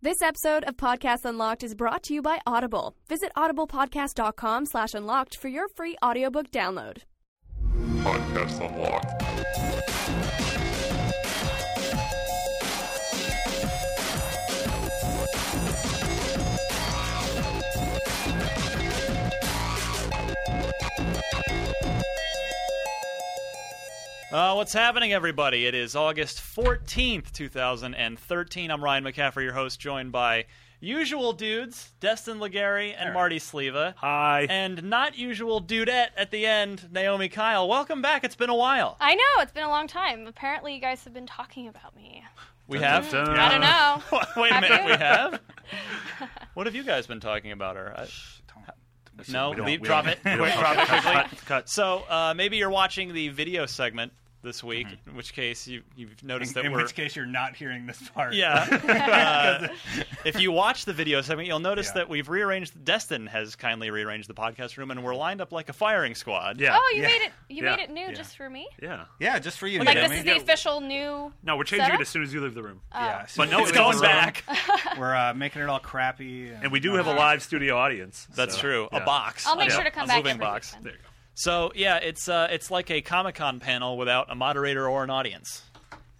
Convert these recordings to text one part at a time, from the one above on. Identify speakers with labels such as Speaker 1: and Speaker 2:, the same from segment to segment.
Speaker 1: This episode of Podcast Unlocked is brought to you by Audible. Visit audiblepodcast.com slash unlocked for your free audiobook download.
Speaker 2: Podcast Unlocked.
Speaker 3: Uh, what's happening, everybody? It is August 14th, 2013. I'm Ryan McCaffrey, your host, joined by usual dudes, Destin Legary and Marty Sleva.
Speaker 4: Hi.
Speaker 3: And not usual dudette at the end, Naomi Kyle. Welcome back. It's been a while.
Speaker 5: I know it's been a long time. Apparently, you guys have been talking about me.
Speaker 3: We have.
Speaker 4: Dun-dun-dun.
Speaker 5: I don't know.
Speaker 3: Wait a
Speaker 5: Have
Speaker 3: minute,
Speaker 5: you?
Speaker 3: we have? What have you guys been talking about uh, her? I- No,
Speaker 4: We don't-
Speaker 3: leave-
Speaker 4: we
Speaker 3: drop
Speaker 4: don't-
Speaker 3: it.
Speaker 4: we don't-
Speaker 3: Quick,
Speaker 4: cut,
Speaker 3: drop it
Speaker 4: cut,
Speaker 3: quickly.
Speaker 4: cut, cut.
Speaker 3: So uh, maybe you're watching the video segment this week, in which case you, you've noticed that
Speaker 6: Mm-hmm. in
Speaker 3: we're.
Speaker 6: which case you're not hearing this part.
Speaker 3: Yeah. Uh, if you watch the video segment, you'll notice
Speaker 6: Yeah.
Speaker 3: that we've rearranged. Destin has kindly rearranged the podcast room, and we're lined up like a firing squad.
Speaker 4: Yeah.
Speaker 5: Oh, you
Speaker 6: Yeah.
Speaker 5: made it. You
Speaker 4: Yeah.
Speaker 5: made it new
Speaker 4: Yeah.
Speaker 5: just for me.
Speaker 4: yeah.
Speaker 6: Yeah, just for you.
Speaker 5: Like
Speaker 3: Yeah,
Speaker 5: this
Speaker 3: I
Speaker 5: is the uh, official new.
Speaker 4: No, we're changing
Speaker 5: Setup?
Speaker 4: it as soon as you leave the room.
Speaker 3: Oh.
Speaker 6: yeah,
Speaker 4: But no,
Speaker 3: it's
Speaker 4: It's going
Speaker 3: going
Speaker 4: back.
Speaker 3: back.
Speaker 6: We're uh, making it all crappy,
Speaker 4: And we do have a live studio audience.
Speaker 3: Uh-huh. That's
Speaker 4: so,
Speaker 3: true. A
Speaker 4: yeah.
Speaker 3: box.
Speaker 5: I'll make
Speaker 3: A-
Speaker 5: sure to
Speaker 3: a
Speaker 5: come back
Speaker 3: Moving
Speaker 5: every
Speaker 3: box.
Speaker 5: weekend.
Speaker 4: There you go.
Speaker 3: So yeah, it's uh, it's like a Comic Con panel without a moderator or an audience.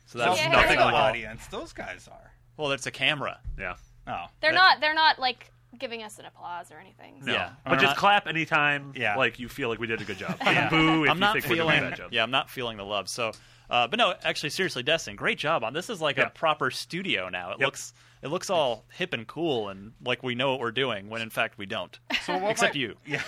Speaker 3: So that's
Speaker 5: Yay.
Speaker 3: nothing.
Speaker 6: nothing
Speaker 5: Yeah.
Speaker 3: at
Speaker 6: on
Speaker 3: all.
Speaker 6: audience. Those guys are.
Speaker 3: Well, that's a camera.
Speaker 4: Yeah.
Speaker 6: Oh,
Speaker 5: They're
Speaker 3: That-
Speaker 5: not. They're not like giving us an applause or anything. so-
Speaker 3: Yeah.
Speaker 4: But just
Speaker 3: not-
Speaker 4: clap anytime
Speaker 6: Yeah.
Speaker 4: like you feel like we did a good job. And Boo if
Speaker 3: I'm
Speaker 4: you
Speaker 3: not
Speaker 4: think we're
Speaker 3: feeling.
Speaker 4: doing a bad job.
Speaker 3: Yeah, I'm not feeling the love. So, uh, but no, actually, seriously, Destin, great job on this. Is like
Speaker 4: Yeah.
Speaker 3: a proper studio now. It
Speaker 4: Yep.
Speaker 3: looks it looks all hip and cool and like we know what we're doing when in fact we don't.
Speaker 6: So what
Speaker 3: Except
Speaker 6: my-
Speaker 3: you.
Speaker 6: Yeah.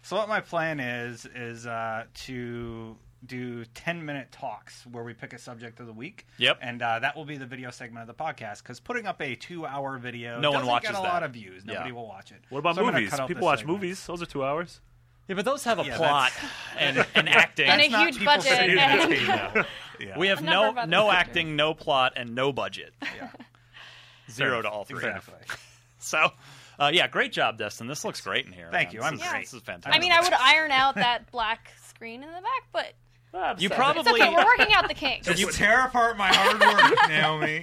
Speaker 6: So what my plan is is uh, to do ten minute talks where we pick a subject of the week.
Speaker 3: Yep.
Speaker 6: And uh, that will be the video segment of the podcast because putting up a two hour video
Speaker 3: No one
Speaker 6: doesn't
Speaker 3: watches
Speaker 6: get a
Speaker 3: that.
Speaker 6: lot of views.
Speaker 3: Yeah.
Speaker 6: Nobody will watch it.
Speaker 4: What about
Speaker 6: So I'm gonna
Speaker 4: movies?
Speaker 6: cut out
Speaker 4: People
Speaker 6: this
Speaker 4: watch
Speaker 6: segment.
Speaker 4: movies. Those are two hours.
Speaker 3: Yeah, but those have a
Speaker 6: Yeah,
Speaker 3: plot and, and acting.
Speaker 5: And a
Speaker 6: That's not
Speaker 5: huge
Speaker 6: people
Speaker 5: budget
Speaker 6: sitting at a table. Yeah.
Speaker 3: we have
Speaker 5: A number
Speaker 3: no
Speaker 5: of other
Speaker 3: no
Speaker 5: factors.
Speaker 3: acting, no plot, and no budget.
Speaker 6: Yeah.
Speaker 3: Zero to all three.
Speaker 6: Exactly.
Speaker 3: So, uh, yeah, great job, Destin. This looks great in here.
Speaker 6: Thank
Speaker 3: man.
Speaker 6: you.
Speaker 3: This
Speaker 6: I'm
Speaker 3: is-
Speaker 5: great.
Speaker 3: This is fantastic.
Speaker 5: I mean, I would iron out that black screen in the back, but
Speaker 3: You
Speaker 5: it's
Speaker 3: probably
Speaker 5: okay. We're working out the kinks.
Speaker 6: You tear apart my hard work, Naomi.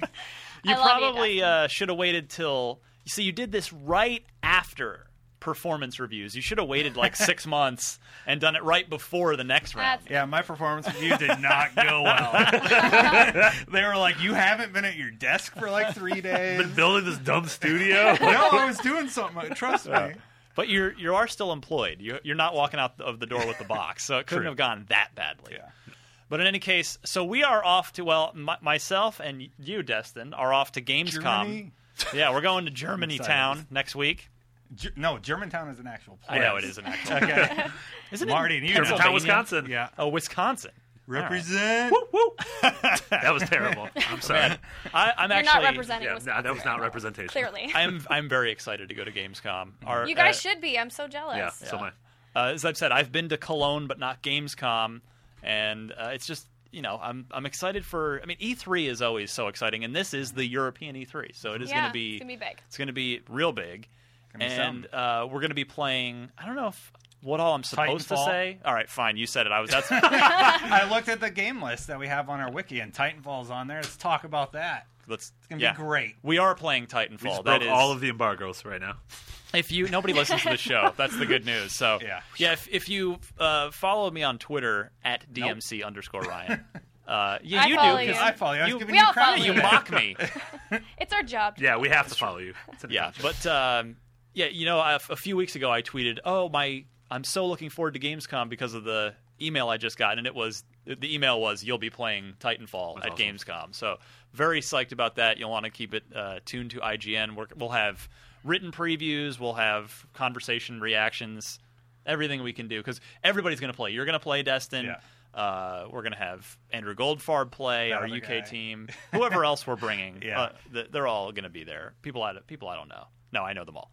Speaker 3: You
Speaker 5: I love you,
Speaker 3: probably
Speaker 5: Dustin.
Speaker 3: uh, should have waited till. You see, you did this right after performance reviews. You should have waited like six months and done it right before the next round.
Speaker 5: That's-
Speaker 6: Yeah, my performance review did not go well. they were like, "You haven't been at your desk for like three days."
Speaker 4: Been building this dumb studio.
Speaker 6: no, I was doing something. Trust me.
Speaker 3: But you're you are still employed. You, you're not walking out of the door with the box, so it couldn't
Speaker 4: True.
Speaker 3: have gone that badly.
Speaker 6: Yeah.
Speaker 3: But in any case, so we are off to well, my, myself and you, Destin, are off to Gamescom.
Speaker 6: Germany?
Speaker 3: Yeah, we're going to Germany
Speaker 6: excited.
Speaker 3: Town next week.
Speaker 6: Ge- no, Germantown is an actual
Speaker 3: I
Speaker 6: place.
Speaker 3: know it is an actual.
Speaker 6: Okay.
Speaker 3: Isn't
Speaker 6: Marty,
Speaker 3: it
Speaker 6: and you know.
Speaker 4: Germantown,
Speaker 3: Pennsylvania?
Speaker 4: Wisconsin.
Speaker 6: Yeah.
Speaker 3: Oh, Wisconsin.
Speaker 6: Represent.
Speaker 4: Woo. that was terrible. I'm sorry.
Speaker 3: I, I'm
Speaker 5: You're
Speaker 3: actually
Speaker 5: not representing.
Speaker 4: Yeah,
Speaker 5: us
Speaker 4: no, that was not representation.
Speaker 5: Clearly,
Speaker 3: I'm I'm very excited to go to Gamescom. Our,
Speaker 5: you guys
Speaker 3: uh,
Speaker 5: should be. I'm so
Speaker 4: Yeah,
Speaker 5: jealous.
Speaker 4: so am I.
Speaker 3: Uh, as I've said, I've been to Cologne, but not Gamescom, and uh, it's just you know I'm I'm excited for. I mean, E3 is always so exciting, and this is the European E3, so it is
Speaker 5: Yeah,
Speaker 3: going to be
Speaker 5: it's gonna be big.
Speaker 3: It's going to be real big,
Speaker 6: Gonna be
Speaker 3: and uh, we're going to be playing. I don't know if, what all I'm supposed to
Speaker 6: Titanfall.
Speaker 3: say. All right, fine, you said it. I was that's
Speaker 6: I looked at the game list that we have on our wiki, and Titanfall's on there. Let's talk about that.
Speaker 3: let's. It's
Speaker 6: gonna be great.
Speaker 3: We are playing Titanfall.
Speaker 4: We just
Speaker 3: That
Speaker 4: broke
Speaker 3: is-
Speaker 4: all of the embargoes right now.
Speaker 3: If you nobody listens to the show, that's the good news. So
Speaker 6: Yeah.
Speaker 3: if, if you uh, follow me on Twitter at DMC underscore Ryan, uh, yeah,
Speaker 5: I
Speaker 3: you
Speaker 5: follow
Speaker 3: do
Speaker 5: you.
Speaker 6: I follow you. I was
Speaker 3: You-
Speaker 6: giving
Speaker 5: we
Speaker 6: you
Speaker 5: all
Speaker 6: credit.
Speaker 5: follow
Speaker 3: you
Speaker 6: for that.
Speaker 3: mock me.
Speaker 5: It's our job. to
Speaker 4: Yeah, we have to follow you. It's an
Speaker 3: Yeah,
Speaker 4: adventure.
Speaker 3: but um, yeah, you know, I, a few weeks ago I tweeted, "Oh my, I'm so looking forward to Gamescom because of the email I just got," and it was the email was, "You'll be playing Titanfall
Speaker 4: That's
Speaker 3: at
Speaker 4: awesome.
Speaker 3: Gamescom." So very psyched about that. You'll want to keep it uh, tuned to IGN. We're, we'll have written previews, we'll have conversation reactions, everything we can do because everybody's going to play. You're going to play Destin.
Speaker 6: Yeah.
Speaker 3: Uh, we're going to have Andrew Goldfarb play, our
Speaker 6: other
Speaker 3: UK
Speaker 6: guy.
Speaker 3: team, whoever else we're bringing.
Speaker 6: Yeah.
Speaker 3: Uh, th- they're all going to be there. People I people I don't know. No, I know them all.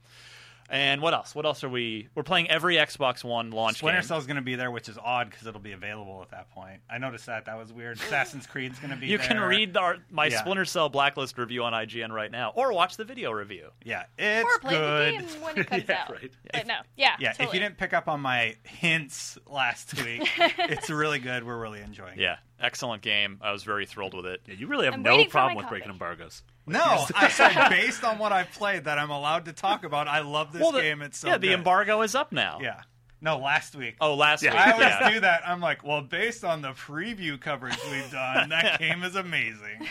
Speaker 3: And what else? What else are we? We're playing every Xbox One launch
Speaker 6: Splinter
Speaker 3: game.
Speaker 6: Cell's going to be there, which is odd because it'll be available at that point. I noticed that. That was weird. Assassin's Creed's going to be
Speaker 3: You
Speaker 6: there.
Speaker 3: can read our, my
Speaker 6: Yeah.
Speaker 3: Splinter Cell Blacklist review on IGN right now, or watch the video review.
Speaker 6: Yeah, it's
Speaker 5: or play
Speaker 6: good.
Speaker 5: the game when it comes
Speaker 4: Yeah,
Speaker 5: out.
Speaker 4: right.
Speaker 5: But no, yeah,
Speaker 6: Yeah, if
Speaker 5: totally.
Speaker 6: you didn't pick up on my hints last week, it's really good. We're really enjoying it.
Speaker 3: Yeah, excellent game. I was very thrilled with it.
Speaker 4: Yeah, you really have
Speaker 5: I'm
Speaker 4: no
Speaker 5: waiting for
Speaker 4: problem
Speaker 5: my
Speaker 4: with breaking
Speaker 5: copy.
Speaker 4: embargoes.
Speaker 6: No, I said based on what I played that I'm allowed to talk about. I love this
Speaker 3: well, the,
Speaker 6: game. It's so
Speaker 3: yeah, the
Speaker 6: good.
Speaker 3: embargo is up now.
Speaker 6: Yeah, no, last week.
Speaker 3: Oh, last
Speaker 4: Yeah.
Speaker 3: week.
Speaker 6: I always
Speaker 3: yeah.
Speaker 6: do that. I'm like, well, based on the preview coverage we've done, that game is amazing.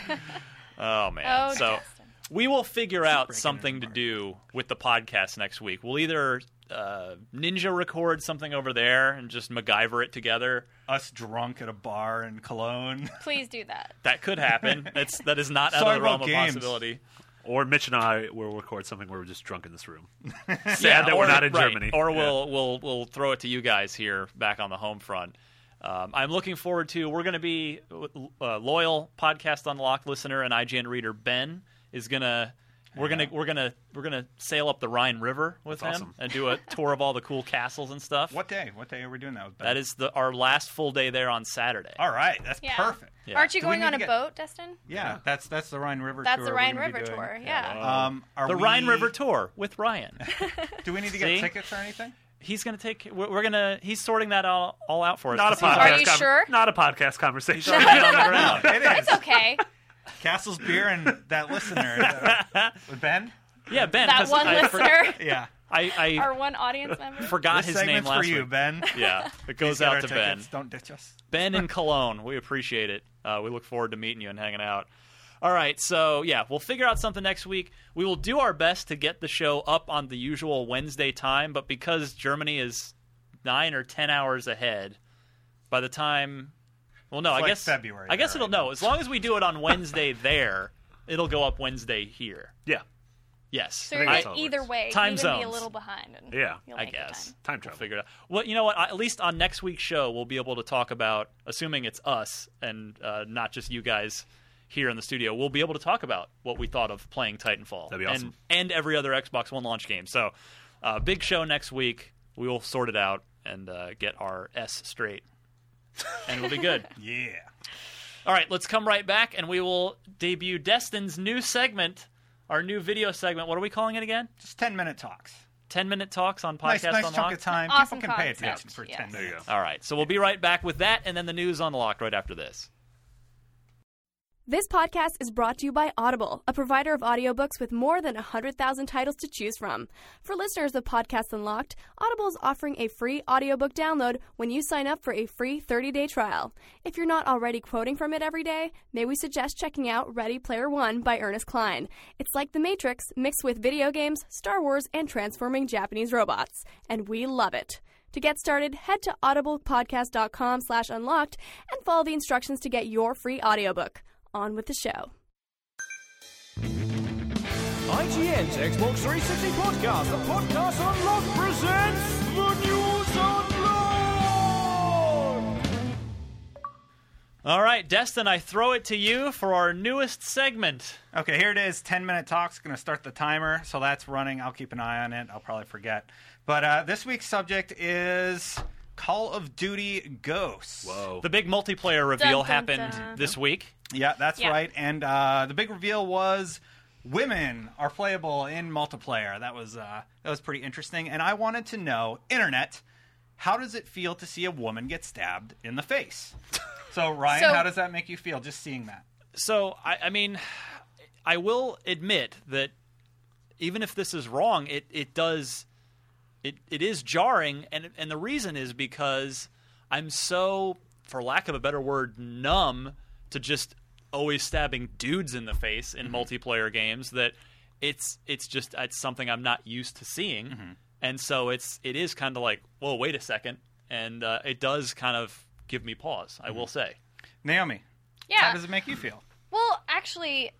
Speaker 3: Oh man.
Speaker 5: Oh,
Speaker 3: so
Speaker 5: Justin.
Speaker 3: we will figure out
Speaker 6: breaking
Speaker 3: something
Speaker 6: it
Speaker 3: to
Speaker 6: apart.
Speaker 3: do with the podcast next week. We'll either uh, ninja record something over there and just MacGyver it together.
Speaker 6: Us drunk at a bar in Cologne.
Speaker 5: Please do that.
Speaker 3: That could happen. That's that is not out
Speaker 6: Sorry
Speaker 3: of the realm
Speaker 6: about
Speaker 3: of
Speaker 6: games.
Speaker 3: possibility.
Speaker 4: Or Mitch and I will record something where we're just drunk in this room. Sad
Speaker 3: Yeah,
Speaker 4: that
Speaker 3: or-
Speaker 4: we're not in
Speaker 3: right,
Speaker 4: Germany.
Speaker 3: Or
Speaker 4: Yeah.
Speaker 3: we'll we'll we'll throw it to you guys here back on the home front. Um, I'm looking forward to. We're going to be uh, loyal podcast unlocked listener and IGN reader Ben is going to. We're gonna we're gonna we're gonna sail up the Rhine River with
Speaker 4: That's
Speaker 3: him
Speaker 4: awesome.
Speaker 3: and do a tour of all the cool castles and stuff.
Speaker 6: What day? What day are we doing that? With Ben?
Speaker 3: That is the our last full day there on Saturday.
Speaker 6: All right, that's
Speaker 5: Yeah.
Speaker 6: perfect.
Speaker 3: Yeah.
Speaker 5: Aren't you
Speaker 6: Do we
Speaker 5: going
Speaker 6: need
Speaker 5: on
Speaker 6: to
Speaker 5: a
Speaker 6: get-
Speaker 5: boat, Destin?
Speaker 6: Yeah, that's that's the Rhine River.
Speaker 5: That's
Speaker 6: tour
Speaker 5: the
Speaker 6: we're
Speaker 5: Rhine
Speaker 6: gonna be
Speaker 5: River
Speaker 6: doing.
Speaker 5: tour. Yeah.
Speaker 6: Um, are
Speaker 3: the
Speaker 6: we-
Speaker 3: Rhine River tour with Ryan.
Speaker 6: Do we need to get
Speaker 3: See?
Speaker 6: tickets or anything?
Speaker 3: he's gonna take. We're, we're gonna. He's sorting that all, all out for us.
Speaker 4: Not a
Speaker 3: This is-
Speaker 5: Are
Speaker 4: podcast.
Speaker 5: you
Speaker 4: con-
Speaker 5: sure?
Speaker 4: Not a podcast conversation.
Speaker 6: No, it is
Speaker 5: It's okay.
Speaker 6: Castle's beer and that listener uh, with Ben.
Speaker 3: Yeah, Ben.
Speaker 5: that
Speaker 3: 'cause
Speaker 5: one
Speaker 3: I for-
Speaker 5: listener,
Speaker 6: Yeah,
Speaker 3: I, I
Speaker 5: our one audience member.
Speaker 3: forgot
Speaker 6: this
Speaker 3: his name
Speaker 6: segment's
Speaker 3: last
Speaker 6: for you,
Speaker 3: week.
Speaker 6: Ben.
Speaker 3: Yeah, it
Speaker 6: Please
Speaker 3: goes
Speaker 6: get
Speaker 3: out
Speaker 6: our
Speaker 3: to Ben.
Speaker 6: tickets. Don't ditch us.
Speaker 3: Ben in Cologne, we appreciate it. Uh, we look forward to meeting you and hanging out. All right, so yeah, we'll figure out something next week. We will do our best to get the show up on the usual Wednesday time, but because Germany is nine or ten hours ahead, by the time, well, no,
Speaker 6: It's
Speaker 3: I
Speaker 6: like
Speaker 3: guess
Speaker 6: February
Speaker 3: I guess
Speaker 6: there
Speaker 3: it'll
Speaker 6: right
Speaker 3: no. As long as we do it on Wednesday there, it'll go up Wednesday here.
Speaker 4: yeah.
Speaker 3: Yes,
Speaker 5: So you're
Speaker 4: I-
Speaker 5: good either way.
Speaker 3: Time
Speaker 5: you would be a
Speaker 3: zones.
Speaker 5: little behind. And
Speaker 4: Yeah,
Speaker 5: you'll
Speaker 3: I
Speaker 5: make the
Speaker 3: guess.
Speaker 5: time.
Speaker 4: Time
Speaker 3: We'll
Speaker 4: travel.
Speaker 3: figure it out. Well, you know what? At least on next week's show, we'll be able to talk about, assuming it's us and uh, not just you guys here in the studio, we'll be able to talk about what we thought of playing Titanfall.
Speaker 4: That'd be awesome.
Speaker 3: And, and every other Xbox One launch game. So, uh, big show next week. We will sort it out and uh, get our S straight. And we'll be good.
Speaker 6: Yeah.
Speaker 3: All right, let's come right back and we will debut Destin's new segment, our new video segment. What are we calling it again?
Speaker 6: Just 10 minute talks.
Speaker 3: 10 minute talks on Podcast
Speaker 6: Nice, nice
Speaker 3: Unlocked?
Speaker 6: chunk of time.
Speaker 5: Awesome
Speaker 6: People can pay
Speaker 5: concept,
Speaker 6: attention for
Speaker 5: yes.
Speaker 6: 10
Speaker 5: There
Speaker 4: you
Speaker 6: minutes.
Speaker 3: All right. So we'll be right back with that and then the news unlocked right after this.
Speaker 1: This podcast is brought to you by Audible, a provider of audiobooks with more than 100,000 titles to choose from. For listeners of Podcasts Unlocked, Audible is offering a free audiobook download when you sign up for a free 30-day trial. If you're not already quoting from it every day, may we suggest checking out Ready Player One by Ernest Klein. It's like The Matrix mixed with video games, Star Wars, and transforming Japanese robots, and we love it. To get started, head to audiblepodcast.com slash unlocked and follow the instructions to get your free audiobook. On with the show.
Speaker 7: IGN's Xbox 360 podcast, the podcast unlocked presents the news unlocked.
Speaker 3: All right, Destin, I throw it to you for our newest segment.
Speaker 6: Okay, here it is 10 minute talks. Going to start the timer. So that's running. I'll keep an eye on it. I'll probably forget. But uh, this week's subject is Call of Duty Ghosts.
Speaker 4: Whoa.
Speaker 3: The big multiplayer reveal
Speaker 5: dun,
Speaker 3: happened
Speaker 5: dun.
Speaker 3: this week.
Speaker 6: Yeah, that's
Speaker 5: Yeah.
Speaker 6: right. And uh, the big reveal was women are playable in multiplayer. That was uh, that was pretty interesting. And I wanted to know, internet, how does it feel to see a woman get stabbed in the face? So Ryan,
Speaker 5: So-
Speaker 6: how does that make you feel just seeing that?
Speaker 3: So, I, I mean, I will admit that even if this is wrong, it, it does, it, it is jarring. And, and the reason is because I'm so, for lack of a better word, numb to just always stabbing dudes in the face in multiplayer games that it's, it's just, it's something I'm not used to seeing. And so it's, it is kind of like, whoa, wait a second. And uh, it does kind of give me pause, I will say.
Speaker 6: Naomi, how
Speaker 5: Yeah.
Speaker 6: does it make you feel?
Speaker 5: Well, actually,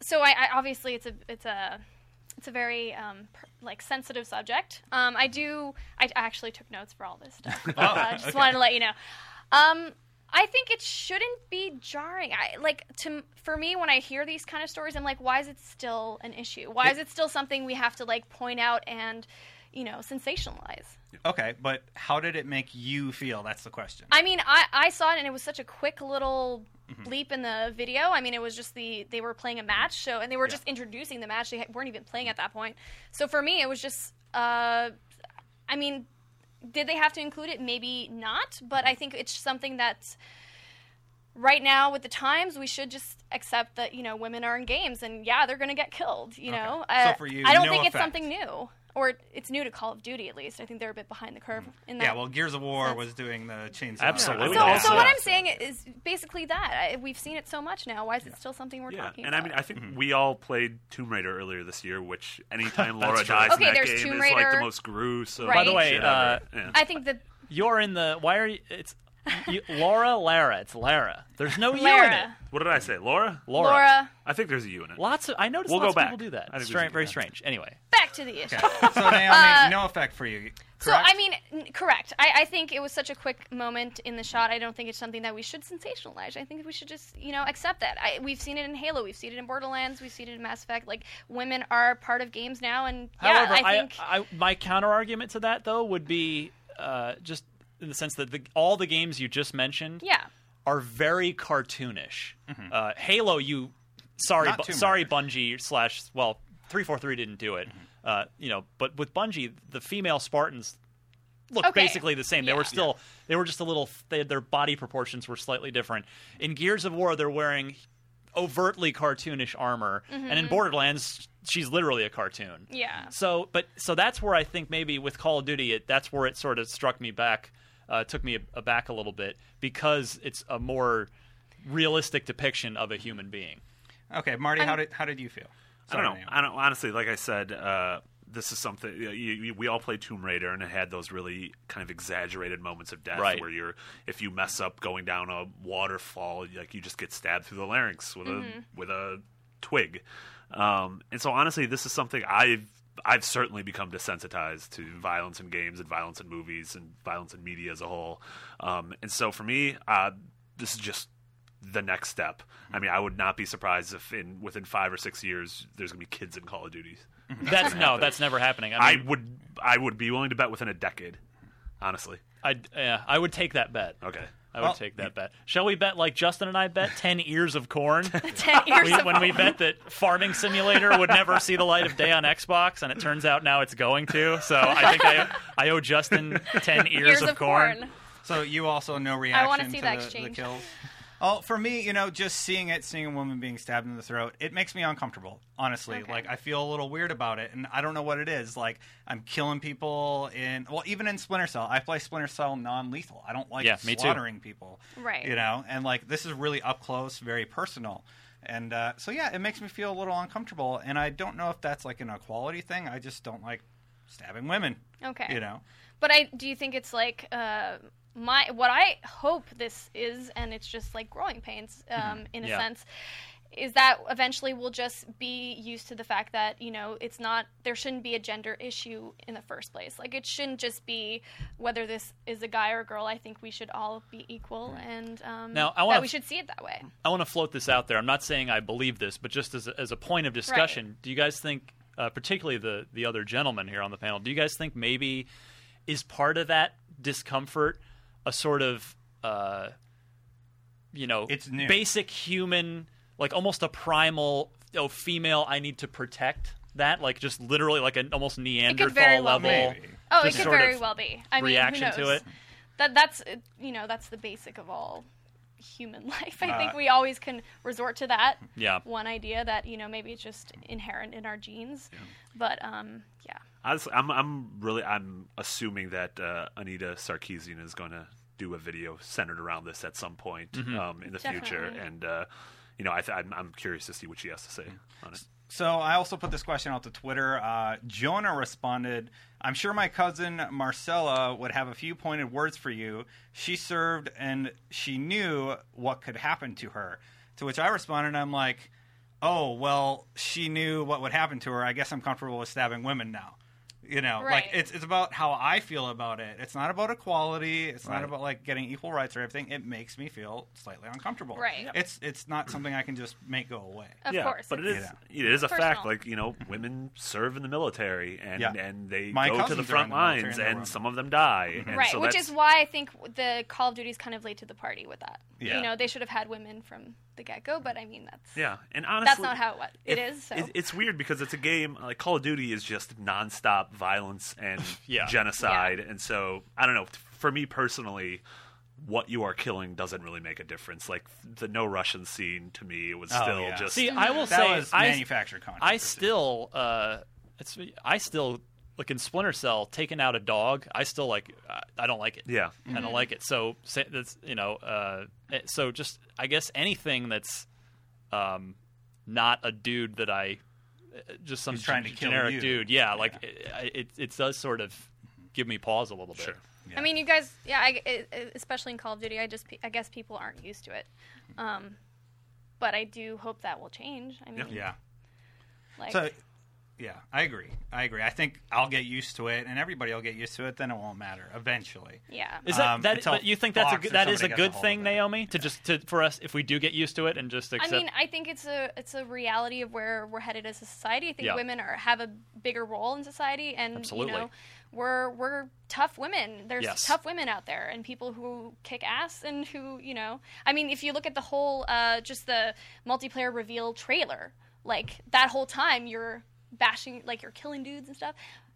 Speaker 5: so I, I obviously it's a it's a it's a very um, per, like sensitive subject. Um, I do I actually took notes for all this stuff. I just wanted to let you know. Um, I think it shouldn't be jarring. I like to for me when I hear these kind of stories, I'm like, why is it still an issue? Why is it still something we have to like point out and you know sensationalize?
Speaker 6: Okay, but how did it make you feel? That's the question.
Speaker 5: I mean, I, I saw it and it was such a quick little
Speaker 6: Mm-hmm.
Speaker 5: bleep in the video. I mean, it was just the they were playing a match, so and they were just introducing the match. They ha- weren't even playing at that point. So for me, it was just, uh, I mean,
Speaker 6: Mm-hmm.
Speaker 5: did they have to include it? Maybe not, but I think it's something that's right now with the times, we should just accept that you know women are in games, and yeah, they're going to get killed. You know,
Speaker 6: Okay. So
Speaker 5: Uh,
Speaker 6: for you,
Speaker 5: I don't
Speaker 6: no
Speaker 5: think it's
Speaker 6: effect.
Speaker 5: something new, or it's new to Call of Duty at least. I think they're a bit behind the curve in that.
Speaker 6: Mm-hmm. Yeah, well, Gears of War
Speaker 5: That's-
Speaker 6: was doing the chainsaw.
Speaker 3: Absolutely.
Speaker 5: so,
Speaker 3: Yeah.
Speaker 5: so what
Speaker 3: Yeah.
Speaker 5: I'm saying is basically that I, we've seen it so much now. Why is it still something we're
Speaker 4: Yeah,
Speaker 5: talking
Speaker 4: and I
Speaker 5: about?
Speaker 4: mean, I think we all played Tomb Raider earlier this year, which anytime Laura
Speaker 3: That's true.
Speaker 4: dies
Speaker 5: Okay,
Speaker 4: in that
Speaker 5: there's
Speaker 4: game
Speaker 5: Tomb
Speaker 4: is like
Speaker 5: Raider.
Speaker 4: the most gruesome.
Speaker 5: By the
Speaker 3: way,
Speaker 4: shit
Speaker 3: uh,
Speaker 4: ever. Yeah.
Speaker 5: I think that
Speaker 3: You're in the. Why are you? It's you, Laura, Lara. It's Lara. There's no you in it.
Speaker 5: Lara,
Speaker 4: what did I say, Laura?
Speaker 3: Laura.
Speaker 5: Laura,
Speaker 4: I think there's a U in it.
Speaker 3: Lots of. I noticed
Speaker 4: We'll
Speaker 3: lots
Speaker 4: go
Speaker 3: of people
Speaker 4: back.
Speaker 3: do that.
Speaker 4: I think we
Speaker 3: Strange-
Speaker 4: should do
Speaker 3: very
Speaker 4: that.
Speaker 3: strange. Anyway,
Speaker 5: back to the issue.
Speaker 6: so Naomi, no effect for you.
Speaker 5: Uh, So
Speaker 6: correct?
Speaker 5: I mean, n- correct. I, I think it was such a quick moment in the shot. I don't think it's something that we should sensationalize. I think we should just you know accept that. I, we've seen it in Halo. We've seen it in Borderlands. We've seen it in Mass Effect. Like women are part of games now, and
Speaker 3: however,
Speaker 5: yeah, I think
Speaker 3: I, uh, my counter argument to that though would be uh, just in the sense that the, all the games you just mentioned,
Speaker 5: yeah.
Speaker 3: are very cartoonish. Uh, Halo, you sorry,
Speaker 6: Not
Speaker 3: bu-
Speaker 6: Tomb
Speaker 3: sorry, Bungie slash well, three four three didn't do it. Uh, you know, but with Bungie, the female Spartans looked
Speaker 5: Okay.
Speaker 3: basically the same. They
Speaker 5: Yeah.
Speaker 3: were still they were just a little. They, their body proportions were slightly different. In Gears of War, they're wearing overtly cartoonish armor, and in Borderlands, she's literally a cartoon.
Speaker 5: Yeah.
Speaker 3: So, but so that's where I think maybe with Call of Duty, it, that's where it sort of struck me back, uh, took me aback a little bit because it's a more realistic depiction of a human being.
Speaker 6: okay, Marty, how did how did you feel?
Speaker 4: I don't know.
Speaker 6: Sorry, Naomi.
Speaker 4: I don't honestly. Like I said, uh, this is something you, you, we all played Tomb Raider, and it had those really kind of exaggerated moments of death
Speaker 3: Right.
Speaker 4: where you're if you mess up going down a waterfall, like you just get stabbed through the larynx with a with a twig. Um, and so honestly, this is something I've I've certainly become desensitized to violence in games and violence in movies and violence in media as a whole. Um, and so for me, uh, this is just the next step. I mean, I would not be surprised if in within five or six years there's gonna be kids in Call of Duty.
Speaker 3: That's no, that's never happening. Mm-hmm. I,
Speaker 4: I
Speaker 3: mean,
Speaker 4: would I would be willing to bet within a decade, honestly.
Speaker 3: I, yeah, I would take that bet.
Speaker 4: Okay.
Speaker 3: I would
Speaker 6: Well-
Speaker 3: take that bet. Shall we bet like Justin and I bet ten ears of corn?
Speaker 5: Ten years
Speaker 3: We-
Speaker 5: of
Speaker 3: when we bet that Farming Simulator would never see the light of day on Xbox, and it turns out now it's going to. So I think I, I owe Justin ten ears,
Speaker 5: years of corn.
Speaker 6: So you also no reaction
Speaker 5: wanna see
Speaker 6: to
Speaker 5: that
Speaker 6: the,
Speaker 5: exchange.
Speaker 6: the kills. Oh, for me, you know, just seeing it, seeing a woman being stabbed in the throat, it makes me uncomfortable. Honestly,
Speaker 5: Okay.
Speaker 6: like I feel a little weird about it, and I don't know what it is. Like I'm killing people in well, even in Splinter Cell, I play Splinter Cell non-lethal. I don't like
Speaker 3: Yeah, me too.
Speaker 6: slaughtering people,
Speaker 5: Right.
Speaker 6: You know, and like this is really up close, very personal. And uh, so yeah, it makes me feel a little uncomfortable, and I don't know if that's like an equality thing. I just don't like stabbing women.
Speaker 5: Okay.
Speaker 6: you know,
Speaker 5: But I do you think it's like uh, my what I hope this is, and it's just like growing pains um, in a
Speaker 3: Mm-hmm. Yeah.
Speaker 5: sense. Is that eventually we'll just be used to the fact that you know it's not there shouldn't be a gender issue in the first place. Like it shouldn't just be whether this is a guy or a girl. I think we should all be equal, and um,
Speaker 3: Mm-hmm. Now, I
Speaker 5: that
Speaker 3: wanna-
Speaker 5: we should see it that way.
Speaker 3: I want to float this out there. I'm not saying I believe this, but just as a, as a point of discussion, do you guys think, uh, particularly the the other gentleman here on the panel, do you guys think maybe is part of that discomfort a sort of uh, you know
Speaker 6: It's new.
Speaker 3: basic human like almost a primal oh female I need to protect that like just literally like an almost Neanderthal
Speaker 5: very well
Speaker 3: level
Speaker 6: maybe.
Speaker 5: Oh, it
Speaker 3: just
Speaker 5: could
Speaker 3: sort
Speaker 5: very
Speaker 3: of
Speaker 5: well be. I mean,
Speaker 3: reaction
Speaker 5: who
Speaker 3: to
Speaker 5: knows?
Speaker 3: it.
Speaker 5: That that's uh, you know that's the basic of all human life. I think
Speaker 6: Uh,
Speaker 5: we always can resort to that.
Speaker 3: Yeah.
Speaker 5: One idea that you know maybe it's just inherent in our genes, but um yeah.
Speaker 4: Honestly, I'm I'm really I'm assuming that uh, Anita Sarkeesian is going to do a video centered around this at some point um, in the future,
Speaker 5: Definitely.
Speaker 4: and uh, you know I th- I'm, I'm curious to see what she has to say on it.
Speaker 6: So I also put this question out to Twitter. Uh, Jonah responded, "I'm sure my cousin Marcella would have a few pointed words for you. She served and she knew what could happen to her." To which I responded, "I'm like, oh well, she knew what would happen to her. I guess I'm comfortable with stabbing women now." You know,
Speaker 5: Right.
Speaker 6: like it's it's about how I feel about it. It's not about equality. It's not
Speaker 4: Right.
Speaker 6: about like getting equal rights or everything. It makes me feel slightly uncomfortable.
Speaker 5: Right. Yep.
Speaker 6: It's it's not something I can just make go away.
Speaker 5: Of
Speaker 4: yeah, Mm-hmm.
Speaker 5: course.
Speaker 4: but it
Speaker 5: it's-
Speaker 4: is it is a
Speaker 5: personal.
Speaker 4: fact. Like you know, women serve in the military, and
Speaker 6: Yeah.
Speaker 4: and they
Speaker 6: My
Speaker 4: go to the
Speaker 6: cousins are in
Speaker 4: front
Speaker 6: the
Speaker 4: lines,
Speaker 6: military and they're
Speaker 4: and
Speaker 6: women.
Speaker 4: some of them die. And
Speaker 5: right,
Speaker 4: so
Speaker 5: which
Speaker 4: that's-
Speaker 5: is why I think the Call of Duty is kind of late to the party with that.
Speaker 3: Yeah.
Speaker 5: You know, they should have had women from the get go, but I mean that's
Speaker 4: yeah, and honestly,
Speaker 5: that's not how it was. It is. So.
Speaker 4: it's weird because it's a game like Call of Duty is just nonstop violence and
Speaker 3: Yeah.
Speaker 4: genocide, and so I don't know. For me personally, what you are killing doesn't really make a difference. Like the no Russian scene to me was
Speaker 6: Oh,
Speaker 4: still
Speaker 6: yeah.
Speaker 4: just
Speaker 3: See, I will
Speaker 6: that
Speaker 3: say,
Speaker 6: was
Speaker 3: I,
Speaker 6: manufactured content.
Speaker 3: I still, uh, it's, I still like in Splinter Cell taking out a dog. I still like, I, I don't like it.
Speaker 4: yeah.
Speaker 3: I
Speaker 5: Mm-hmm.
Speaker 3: don't like it. So say- that's you know, uh, eh, so just I guess anything that's um, not a dude that I eh, just some
Speaker 6: He's trying to
Speaker 3: g-
Speaker 6: kill
Speaker 3: generic
Speaker 6: you.
Speaker 3: dude. Yeah, like It, it it does sort of give me pause a little bit.
Speaker 4: Sure.
Speaker 5: I mean, you guys, yeah, I, I- I- especially in Call of Duty, I just, I guess people aren't used to it. Um, but I do hope that will change. I mean,
Speaker 6: yeah.
Speaker 5: like,
Speaker 6: So, yeah, I agree. I agree. I think I'll get used to it, and everybody will get used to it. Then it won't matter eventually.
Speaker 5: yeah.
Speaker 3: Is that,
Speaker 6: Um,
Speaker 3: that
Speaker 6: until
Speaker 3: but you think that's a
Speaker 6: Fox
Speaker 3: good,
Speaker 6: or
Speaker 3: that is a
Speaker 6: somebody gets a
Speaker 3: good
Speaker 6: hold
Speaker 3: thing,
Speaker 6: of it.
Speaker 3: Naomi? To just to for us if we do get used to it and just accept.
Speaker 5: I mean, I think it's a it's a reality of where we're headed as a society. I think
Speaker 3: Yeah.
Speaker 5: women are have a bigger role in society, and
Speaker 3: Absolutely.
Speaker 5: you know, we're we're tough women. There's
Speaker 3: Yes.
Speaker 5: tough women out there, and people who kick ass, and who you know. I mean, if you look at the whole uh, just the multiplayer reveal trailer, like that whole time you're bashing, like you're killing dudes and stuff.